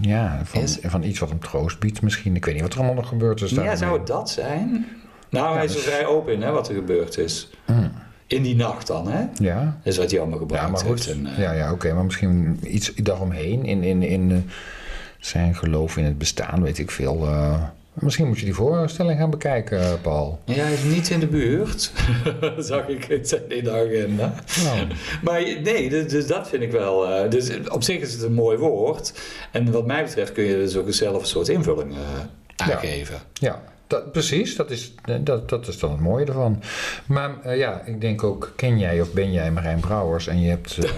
Speaker 2: Ja, van,
Speaker 1: Is-
Speaker 2: van iets wat hem troost biedt misschien. Ik weet niet wat er allemaal nog gebeurd is.
Speaker 1: Ja,
Speaker 2: daarmee.
Speaker 1: zou het dat zijn? Nou, hij
Speaker 2: dus-
Speaker 1: is er vrij open in hè, wat er gebeurd is. In die nacht dan, hè?
Speaker 2: Hmm. Ja,
Speaker 1: Dat is wat hij allemaal
Speaker 2: ja
Speaker 1: gebruikt
Speaker 2: maar goed.
Speaker 1: heeft. En, eh,
Speaker 2: ja, ja oké, maar misschien iets daaromheen in, in, in eh, zijn geloof in het bestaan, weet ik veel. eh. misschien moet je die voorstelling gaan bekijken, eh, Paul.
Speaker 1: ja, hij is niet in de buurt, zag ik het in de agenda.
Speaker 2: Nou,
Speaker 1: Maar nee, dus, dus dat vind ik wel... eh, dus op zich is het een mooi woord. En wat mij betreft kun je dus ook zelf een soort invulling eh,
Speaker 2: Ja.
Speaker 1: aangeven.
Speaker 2: Ja, dat, precies. Dat is, eh, dat, dat is dan het mooie ervan. Maar eh, ja, ik denk ook, ken jij of ben jij Marijn Brouwers en je hebt, eh,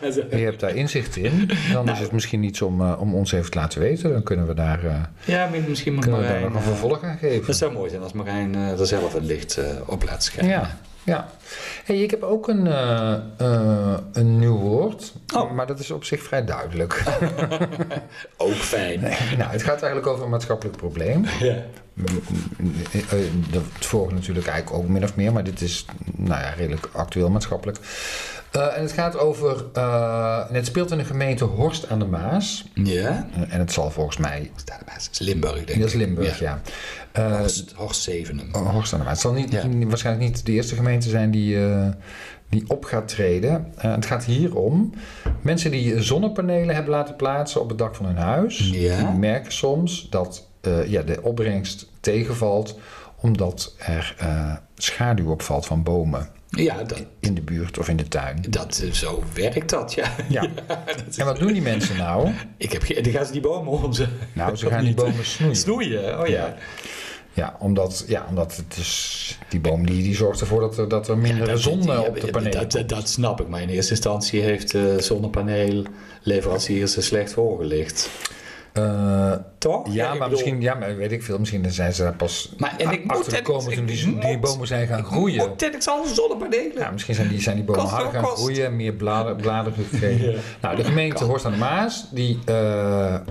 Speaker 2: je hebt daar inzicht in, dan
Speaker 1: Nou.
Speaker 2: is het misschien iets om, eh, om ons even te laten weten. Dan kunnen we daar, eh,
Speaker 1: Ja, maar misschien moet
Speaker 2: kunnen we daar
Speaker 1: Marijn...
Speaker 2: nog een
Speaker 1: eh,
Speaker 2: vervolg aan geven.
Speaker 1: het zou mooi zijn als Marijn eh, er zelf een licht eh, op laat schijnen.
Speaker 2: Ja, ja. Hey, ik heb ook een, eh, eh, een nieuw woord, maar dat is op zich vrij duidelijk.
Speaker 1: Ook fijn.
Speaker 2: nou, het gaat eigenlijk over een maatschappelijk probleem.
Speaker 1: Ja.
Speaker 2: Eh, eh, de- Het vorige natuurlijk eigenlijk ook min of meer, maar dit is nou ja, redelijk actueel maatschappelijk. Eh, en het gaat over. eh, en het speelt in de gemeente Horst aan de Maas.
Speaker 1: ja.
Speaker 2: Eh, En het zal volgens mij.
Speaker 1: Stadebaas is Limburg, denk ik.
Speaker 2: Dat is Limburg, ja. Oh. Eh,
Speaker 1: Horst, Horst Zevenum.
Speaker 2: Horst aan de Maas. Het zal niet,
Speaker 1: Ja.
Speaker 2: waarschijnlijk niet de eerste gemeente zijn die, eh, die op gaat treden. Eh, het gaat hier om mensen die zonnepanelen hebben laten plaatsen op het dak van hun huis.
Speaker 1: Ja.
Speaker 2: Die merken soms dat eh, ja, de opbrengst tegenvalt omdat er eh, schaduw opvalt van bomen
Speaker 1: Ja, dat,
Speaker 2: in de buurt of in de tuin.
Speaker 1: dat, eh, zo werkt dat, ja.
Speaker 2: Ja.
Speaker 1: dat is-
Speaker 2: En wat doen die mensen nou?
Speaker 1: ik heb geen, dan gaan ze die bomen omzetten.
Speaker 2: Nou, ze gaan die bomen snoeien.
Speaker 1: Snoeien, oh ja.
Speaker 2: Ja, omdat, ja, omdat het is, die boom die, die zorgt ervoor dat er, dat er minder
Speaker 1: Dat-
Speaker 2: zon
Speaker 1: ja,
Speaker 2: eh, op de panelen
Speaker 1: Dat, dat, dat snap ik, maar in eerste instantie heeft eh, de zonnepaneelleverancier ze slecht voorgelicht.
Speaker 2: Eh,
Speaker 1: Toch?
Speaker 2: ja,
Speaker 1: ik
Speaker 2: maar
Speaker 1: bedoel-
Speaker 2: misschien, ja, maar weet ik veel. Misschien zijn ze daar pas
Speaker 1: Maar- en ik moet-
Speaker 2: achtergekomen
Speaker 1: en-
Speaker 2: toen die,
Speaker 1: ik
Speaker 2: die,
Speaker 1: moet-
Speaker 2: bomen zijn gaan groeien.
Speaker 1: Oh, Ted, ik zal zonnepanelen.
Speaker 2: Ja, misschien zijn die, zijn die bomen
Speaker 1: Kost wel
Speaker 2: harder gaan
Speaker 1: kost.
Speaker 2: groeien, meer blader, bladeren gekregen. Nou, de gemeente Horst aan de Maas, die, eh,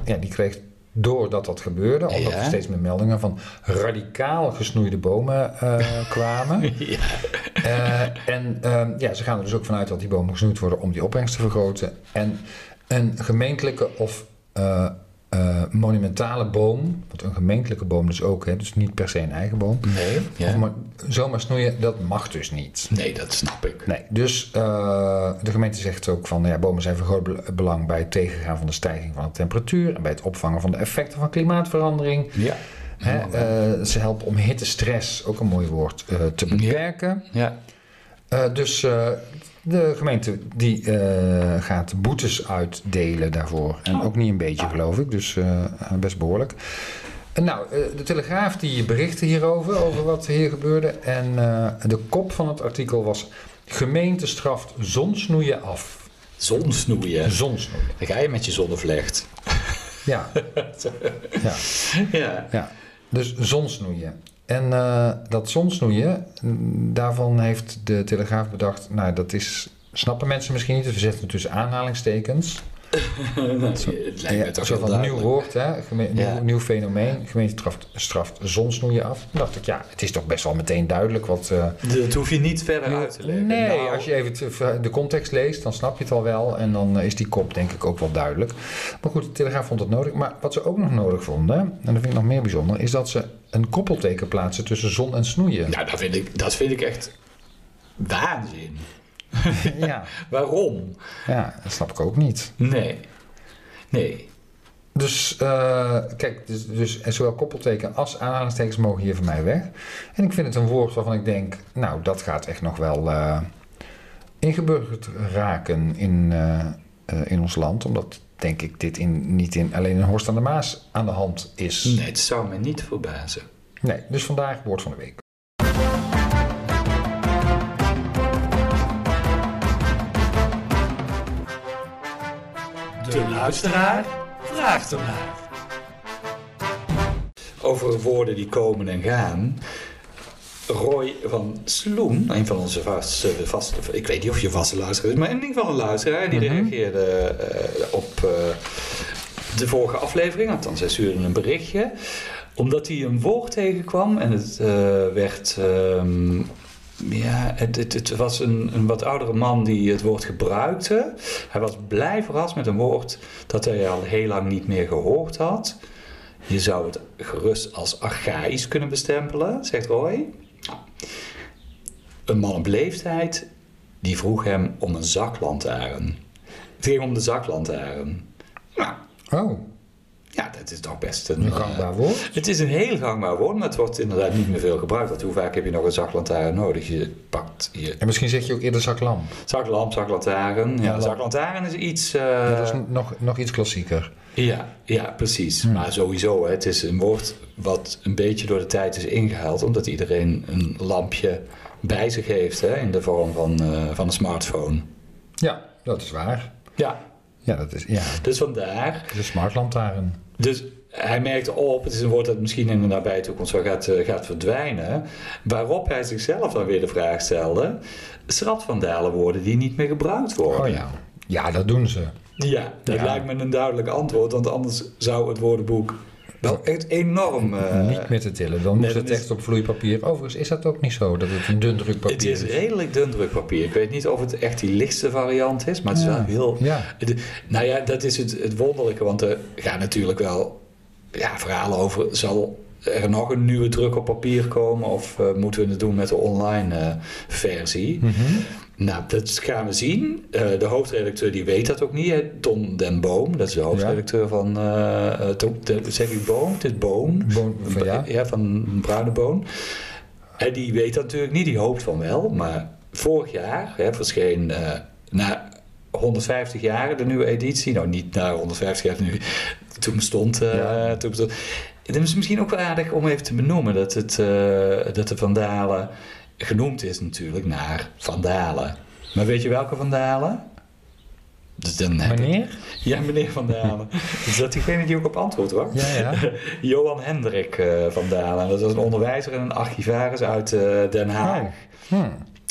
Speaker 2: ja, die kreeg doordat dat gebeurde, omdat
Speaker 1: Ja.
Speaker 2: er steeds meer meldingen van radicaal gesnoeide bomen eh, kwamen. Eh, en eh, ja, ze gaan er dus ook vanuit dat die bomen gesnoeid worden om die opbrengst te vergroten. En een gemeentelijke of eh, eh, monumentale boom, want een gemeentelijke boom dus ook, hè, dus niet per se een eigen boom,
Speaker 1: Nee, ja.
Speaker 2: of maar, zomaar snoeien, dat mag dus niet.
Speaker 1: Nee, dat snap ik.
Speaker 2: Nee, dus eh, de gemeente zegt ook van ja, bomen zijn van groot bel- belang bij het tegengaan van de stijging van de temperatuur en bij het opvangen van de effecten van klimaatverandering.
Speaker 1: Ja.
Speaker 2: Hè, eh, ze helpen om hittestress, ook een mooi woord, eh, te beperken.
Speaker 1: Ja.
Speaker 2: Eh, dus eh, de gemeente die eh, gaat boetes uitdelen daarvoor. En ook niet een beetje, geloof ik. Dus eh, best behoorlijk. En nou, eh, de Telegraaf die berichtte hierover, over wat hier gebeurde. En eh, de kop van het artikel was... Gemeente straft zonsnoeien af.
Speaker 1: Zonsnoeien.
Speaker 2: Zonsnoeien.
Speaker 1: Dan ga je met je zonnevlecht.
Speaker 2: Ja. ja.
Speaker 1: Ja.
Speaker 2: Ja, dus zonsnoeien. En eh, dat zonsnoeien, mm, daarvan heeft de Telegraaf bedacht... Nou, dat is, snappen mensen misschien niet, dus we zetten het tussen aanhalingstekens.
Speaker 1: Het lijkt me
Speaker 2: Ja,
Speaker 1: toch
Speaker 2: zo
Speaker 1: heel
Speaker 2: van een nieuw
Speaker 1: duidelijk.
Speaker 2: woord, hè? geme-
Speaker 1: Ja.
Speaker 2: nieuw, nieuw fenomeen. Gemeente straft, straft zonsnoeien af. Toen dacht ik, ja, het is toch best wel meteen duidelijk wat... eh,
Speaker 1: Dat hoef je niet verder uit te leggen.
Speaker 2: Nee,
Speaker 1: Nou,
Speaker 2: als je even te- ver- de context leest, dan snap je het al wel. En dan eh, is die kop denk ik ook wel duidelijk. Maar goed, de Telegraaf vond dat nodig. Maar wat ze ook nog nodig vonden, en dat vind ik nog meer bijzonder, is dat ze een koppelteken plaatsen tussen zon en snoeien.
Speaker 1: Nou, dat vind ik, dat vind ik echt waanzin.
Speaker 2: Ja,
Speaker 1: Waarom?
Speaker 2: ja, dat snap ik ook niet.
Speaker 1: Nee. Nee.
Speaker 2: Dus eh, kijk, dus, dus zowel koppelteken als aanhalingstekens mogen hier van mij weg. En ik vind het een woord waarvan ik denk, nou, dat gaat echt nog wel eh, ingeburgerd raken in, eh, eh, in ons land. Omdat, denk ik, dit in, niet in, alleen in Horst aan de Maas aan de hand is.
Speaker 1: Nee, het zou me niet verbazen.
Speaker 2: Nee, dus vandaag woord van de week.
Speaker 1: De luisteraar vraagt ernaar. Over woorden die komen en gaan. Roy van Sloem, een van onze vaste, vaste, ik weet niet of je vaste luisteraar is, maar in ieder geval een luisteraar, die reageerde eh, op eh, de vorige aflevering, althans hij stuurde een berichtje, omdat hij een woord tegenkwam en het eh, werd ehm, ja, het, het, het was een, een wat oudere man die het woord gebruikte. Hij was blij verrast met een woord dat hij al heel lang niet meer gehoord had. Je zou het gerust als archaïs kunnen bestempelen, zegt Roy. Een man op leeftijd die vroeg hem om een zaklantaarn. Het ging om de zaklantaarn. Nou,
Speaker 2: Oh,
Speaker 1: ja, dat is toch best een...
Speaker 2: een
Speaker 1: eh,
Speaker 2: gangbaar woord.
Speaker 1: het is een heel gangbaar woord, maar het wordt inderdaad niet meer veel gebruikt. Want hoe vaak heb je nog een zaklantaarn nodig? Je pakt je
Speaker 2: En misschien zeg je ook eerder zaklamp.
Speaker 1: zaklamp, zaklantaarn. Ja,
Speaker 2: Ja,
Speaker 1: zaklantaarn is iets... eh,
Speaker 2: dat is n- nog, nog iets klassieker.
Speaker 1: ja, ja, precies.
Speaker 2: Hmm.
Speaker 1: Maar sowieso, hè, het is een woord wat een beetje door de tijd is ingehaald. Omdat iedereen een lampje bij zich heeft hè, in de vorm van, eh, van een smartphone.
Speaker 2: Ja, dat is waar.
Speaker 1: Ja,
Speaker 2: Ja, dat is, ja,
Speaker 1: dus vandaar
Speaker 2: het is een smartlantaarn.
Speaker 1: Dus hij merkte op, het is een woord dat misschien in de nabije toekomst wel gaat, eh, gaat verdwijnen. Waarop hij zichzelf dan weer de vraag stelde: schrapt van Dalen woorden die niet meer gebruikt worden?
Speaker 2: Oh ja. Ja, dat doen ze.
Speaker 1: Ja, dat
Speaker 2: Ja.
Speaker 1: lijkt me een duidelijk antwoord, want anders zou het woordenboek wel echt enorm. eh,
Speaker 2: niet meer te tillen. Dan moet
Speaker 1: dat
Speaker 2: het
Speaker 1: is-
Speaker 2: echt op vloeipapier. Overigens is dat ook niet zo, dat het een dun drukpapier
Speaker 1: het is
Speaker 2: is.
Speaker 1: redelijk dun drukpapier. Ik weet niet of het echt die lichtste variant is, maar het is wel heel.
Speaker 2: Ja.
Speaker 1: De- nou ja, dat is het, het wonderlijke, want er gaan natuurlijk wel ja, verhalen over. Zal er nog een nieuwe druk op papier komen of eh, moeten we het doen met de online eh, versie?
Speaker 2: Mhm.
Speaker 1: Nou, dat gaan we zien. Eh, de hoofdredacteur die weet dat ook niet. Hè? Ton Den Boom, dat is de hoofdredacteur van. eh, eh, Tom- de- zeg ik Boom? Het is Boon.
Speaker 2: Boon, van ja.
Speaker 1: van Bruine Boon. En die weet dat natuurlijk niet, die hoopt van wel. Maar vorig jaar hè, verscheen eh, na 150 jaar de nieuwe editie. Nou, niet na 150 jaar, nu, toen bestond. eh toen bestond. Het is misschien ook wel aardig om even te benoemen dat, het, eh, dat de Vandalen genoemd is natuurlijk naar Vandalen. Maar weet je welke Vandalen? Dus dan heb ik-
Speaker 2: Wanneer?
Speaker 1: Ja, meneer Vandalen. Is dat diegene die ook op antwoord hoor?
Speaker 2: Ja, ja.
Speaker 1: Johan Hendrik eh, van Dalen. Dat was een onderwijzer en een archivaris uit eh, Den Haag.
Speaker 2: Oh. Hm.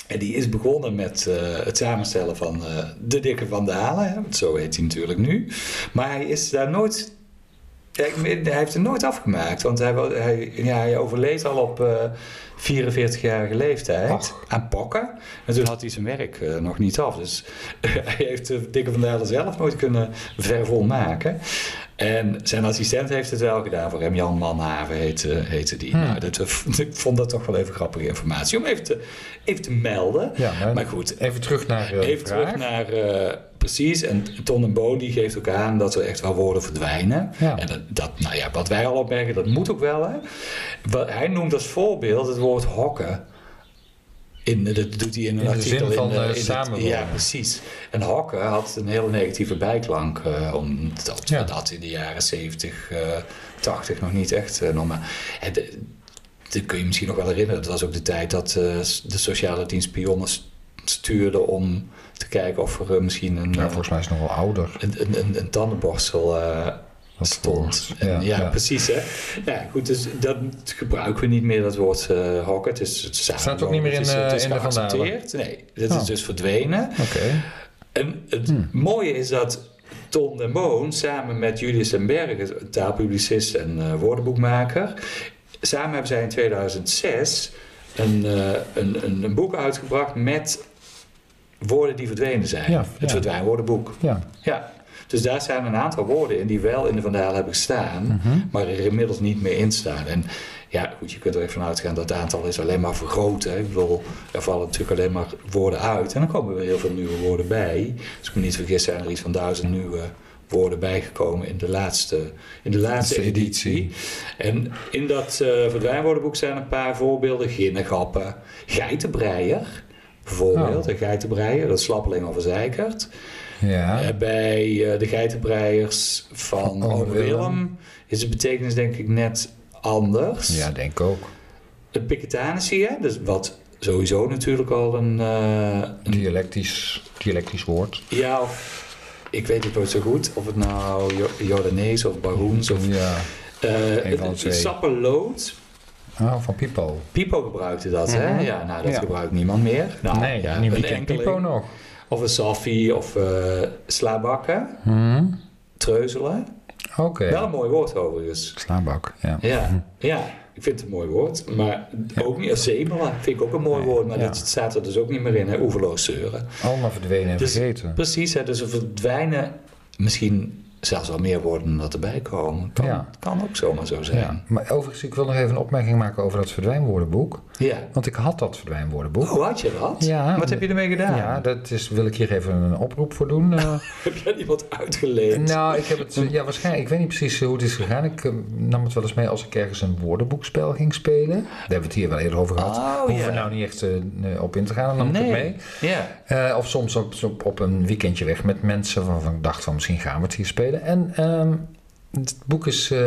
Speaker 1: En die is begonnen met eh, het samenstellen van eh, De Dikke Van Dalen. Hè? want Zo heet hij natuurlijk nu. Maar hij is daar nooit... ja, ik weet- Hij heeft het nooit afgemaakt. Want hij, wa- hij, ja, hij overleed al op eh 44-jarige leeftijd
Speaker 2: Ach.
Speaker 1: aan pokken. En toen had hij zijn werk eh, nog niet af. Dus hij heeft de Dikke Van Dalen zelf nooit kunnen vervolmaken. En zijn assistent heeft het wel gedaan voor hem. Jan Manhaven heette, heette
Speaker 2: Hmm.
Speaker 1: die. Nou, dat, ik vond dat toch wel even grappige informatie. Om even te, even te melden.
Speaker 2: Ja, maar-
Speaker 1: maar goed,
Speaker 2: Even terug naar eh, de
Speaker 1: Even
Speaker 2: vraag.
Speaker 1: terug naar, eh, precies, en Ton en Bo die geeft ook aan dat er echt wel woorden verdwijnen.
Speaker 2: Ja.
Speaker 1: En dat, dat, nou ja, wat wij al opmerken, dat moet ook wel. Hè? Wat, hij noemt als voorbeeld het woord hokken. In, eh, dat doet hij in een
Speaker 2: de
Speaker 1: artikel.
Speaker 2: zin van,
Speaker 1: in, eh, in
Speaker 2: eh,
Speaker 1: het-
Speaker 2: samenwonen.
Speaker 1: Ja, precies. En hokken had een hele negatieve bijklank, eh, omdat
Speaker 2: Ja.
Speaker 1: we dat in de jaren 70, eh 80 nog niet echt eh, normaal. Het, eh, dat kun je misschien nog wel herinneren. Dat was ook de tijd dat eh, s- de sociale dienst pionnen s- stuurde om te kijken of er eh, misschien een,
Speaker 2: Ja,
Speaker 1: eh,
Speaker 2: Nou, volgens mij is het nog wel ouder.
Speaker 1: een, een, een, een tandenborstel eh, stond.
Speaker 2: voor-
Speaker 1: En
Speaker 2: ja,
Speaker 1: ja,
Speaker 2: ja.
Speaker 1: precies hè. Nou ja, goed, dus dat gebruiken we niet meer, dat woord eh hokken. Het is het
Speaker 2: Staat ook niet meer in,
Speaker 1: het is, het
Speaker 2: eh,
Speaker 1: is
Speaker 2: in de Vandalen.
Speaker 1: geaccepteerd. Nee, dat
Speaker 2: Oh.
Speaker 1: is dus verdwenen.
Speaker 2: Oké.
Speaker 1: En het
Speaker 2: Hmm.
Speaker 1: mooie is dat Ton den Boon samen met Julius den Berge, een taalpublicist en eh, woordenboekmaker, samen hebben zij in 2006 een, eh, een, een, een boek uitgebracht met woorden die verdwenen zijn.
Speaker 2: Ja, ja.
Speaker 1: het verdwijnwoordenboek.
Speaker 2: Ja.
Speaker 1: Ja. Dus daar zijn een aantal woorden in die wel in de Vandalen hebben gestaan, maar er inmiddels niet meer in staan. En ja, goed, je kunt er even van uitgaan dat het aantal is alleen maar vergroot. Hè. Ik bedoel, er vallen natuurlijk alleen maar woorden uit en dan komen er heel veel nieuwe woorden bij. Als ik me niet vergis zijn er iets van duizend nieuwe woorden bijgekomen in de laatste, in de laatste
Speaker 2: Laatste editie.
Speaker 1: editie. En in dat eh verdwijnwoordenboek zijn een paar voorbeelden. Ginnegappen, geitenbreier bijvoorbeeld.
Speaker 2: Oh.
Speaker 1: Een geitenbreier, dat is Slappeling of Zeikert.
Speaker 2: Ja.
Speaker 1: Eh, Bij eh, de geitenbreiers van
Speaker 2: Ah. Van
Speaker 1: Ome
Speaker 2: Ome Willem.
Speaker 1: Willem is de betekenis denk ik net anders.
Speaker 2: ja, denk ik ook.
Speaker 1: De Piketanissie, hè, dus wat sowieso natuurlijk al een... eh,
Speaker 2: Dialectisch, dialectisch woord.
Speaker 1: ja, of- ik weet het nooit zo goed. Of het nou Jo- Jordanees of Baroens of...
Speaker 2: Ja.
Speaker 1: eh,
Speaker 2: Een van de twee.
Speaker 1: Sapperlood.
Speaker 2: Ah, van Pipo.
Speaker 1: Pipo gebruikte dat, hè? Ja, nou, dat
Speaker 2: Ja.
Speaker 1: gebruikt niemand meer. Nou,
Speaker 2: nee,
Speaker 1: ja,
Speaker 2: niemand
Speaker 1: een
Speaker 2: kent
Speaker 1: enkeling.
Speaker 2: Pipo nog.
Speaker 1: Of een salfie, of eh slabakken,
Speaker 2: Hm.
Speaker 1: treuzelen.
Speaker 2: Oké.
Speaker 1: Wel een mooi woord overigens.
Speaker 2: Slaanbak, ja.
Speaker 1: Ja, ja, ik vind het een mooi woord. Maar ook niet, zemelen vind ik ook een mooi woord. Maar
Speaker 2: ja.
Speaker 1: dat staat er dus ook niet meer in, hè? Oeverloos zeuren.
Speaker 2: Allemaal verdwenen en
Speaker 1: Dus-
Speaker 2: vergeten.
Speaker 1: Precies, hè? Dus er verdwijnen misschien zelfs wel meer woorden dan dat erbij komen. Kan,
Speaker 2: Ja.
Speaker 1: kan ook zomaar zo zijn.
Speaker 2: Ja.
Speaker 1: Ja.
Speaker 2: Maar overigens, ik wil nog even een opmerking maken over dat verdwijnwoordenboek. Want ik had dat verdwijnwoordenboek.
Speaker 1: Hoe Oh, had je dat?
Speaker 2: Ja.
Speaker 1: Wat heb je ermee gedaan?
Speaker 2: Ja, dat is, wil ik hier even een oproep voor doen. eh.
Speaker 1: Heb je aan iemand uitgeleend?
Speaker 2: Nou, ik heb het. Ja, waarschijnlijk. Ik weet niet precies hoe het is gegaan. Ik eh, nam het wel eens mee als ik ergens een woordenboekspel ging spelen. Daar hebben we het hier wel eerder over gehad.
Speaker 1: Oh,
Speaker 2: Hoeven
Speaker 1: ja.
Speaker 2: we nou niet echt eh, op in te gaan, dan nam ik het mee.
Speaker 1: Ja.
Speaker 2: Eh, of soms op, op, op een weekendje weg met mensen waarvan ik dacht van misschien gaan we het hier spelen. En ehm, het boek is eh,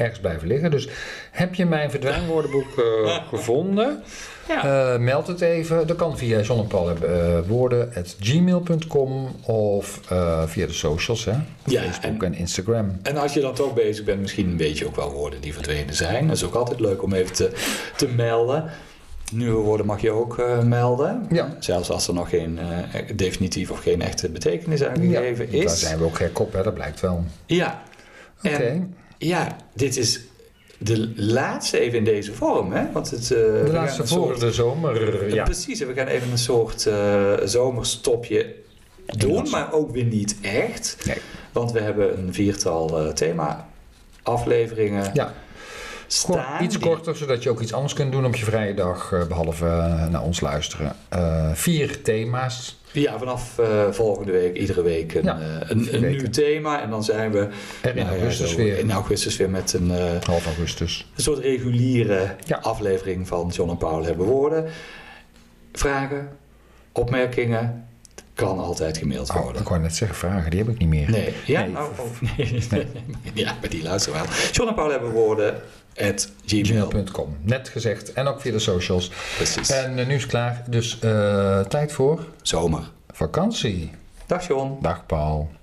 Speaker 2: ergens blijven liggen. Dus heb je mijn verdwijnwoordenboek eh, gevonden?
Speaker 1: Ja.
Speaker 2: Eh, meld het even. Dat kan via eh, zonnepalenwoorden.gmail.com of eh, via de socials, hè?
Speaker 1: Ja,
Speaker 2: Facebook en Instagram.
Speaker 1: En als je dan toch bezig bent, misschien weet je ook wel woorden die verdwenen zijn. Dat is ook altijd leuk om even te, te melden. Nieuwe woorden mag je ook eh, melden.
Speaker 2: Ja.
Speaker 1: Zelfs als er nog geen eh, definitief of geen echte betekenis aan gegeven
Speaker 2: daar
Speaker 1: is.
Speaker 2: zijn we ook gek op, hè? dat blijkt wel.
Speaker 1: Ja.
Speaker 2: Oké.
Speaker 1: En ja, dit is de laatste even in deze vorm. Hè? Want het, eh, we
Speaker 2: De
Speaker 1: gaan
Speaker 2: laatste
Speaker 1: een
Speaker 2: voor
Speaker 1: soort-
Speaker 2: de zomer. Ja.
Speaker 1: Precies, en we gaan even een soort eh, zomerstopje doen, maar ook weer niet echt.
Speaker 2: Nee.
Speaker 1: Want we hebben een viertal eh, thema-afleveringen.
Speaker 2: ja. Gewoon
Speaker 1: staan.
Speaker 2: iets
Speaker 1: die-
Speaker 2: korter, zodat je ook iets anders kunt doen op je vrije dag, eh, behalve eh, naar ons luisteren. Eh, vier thema's.
Speaker 1: Ja, vanaf eh, volgende week, iedere week een,
Speaker 2: Ja,
Speaker 1: eh, een, een
Speaker 2: weken.
Speaker 1: nieuw thema. En dan zijn we
Speaker 2: En in
Speaker 1: nou ja,
Speaker 2: augustus
Speaker 1: zo
Speaker 2: weer.
Speaker 1: in augustus weer met een, eh,
Speaker 2: Half augustus.
Speaker 1: een soort reguliere
Speaker 2: Ja.
Speaker 1: aflevering van John en Paul hebben woorden. Vragen, opmerkingen, kan altijd gemaild
Speaker 2: Oh,
Speaker 1: worden.
Speaker 2: ik wou net zeggen, vragen, die heb ik niet meer.
Speaker 1: Nee, ja,
Speaker 2: Nee,
Speaker 1: nou, oh, nee. ja, maar die luisteren wel. John en Paul hebben woorden at gmail.
Speaker 2: gmail.com. Net gezegd. En ook via de socials.
Speaker 1: Precies.
Speaker 2: En eh, nu is het klaar. Dus eh, tijd voor
Speaker 1: Zomer.
Speaker 2: vakantie.
Speaker 1: Dag John.
Speaker 2: Dag Paul.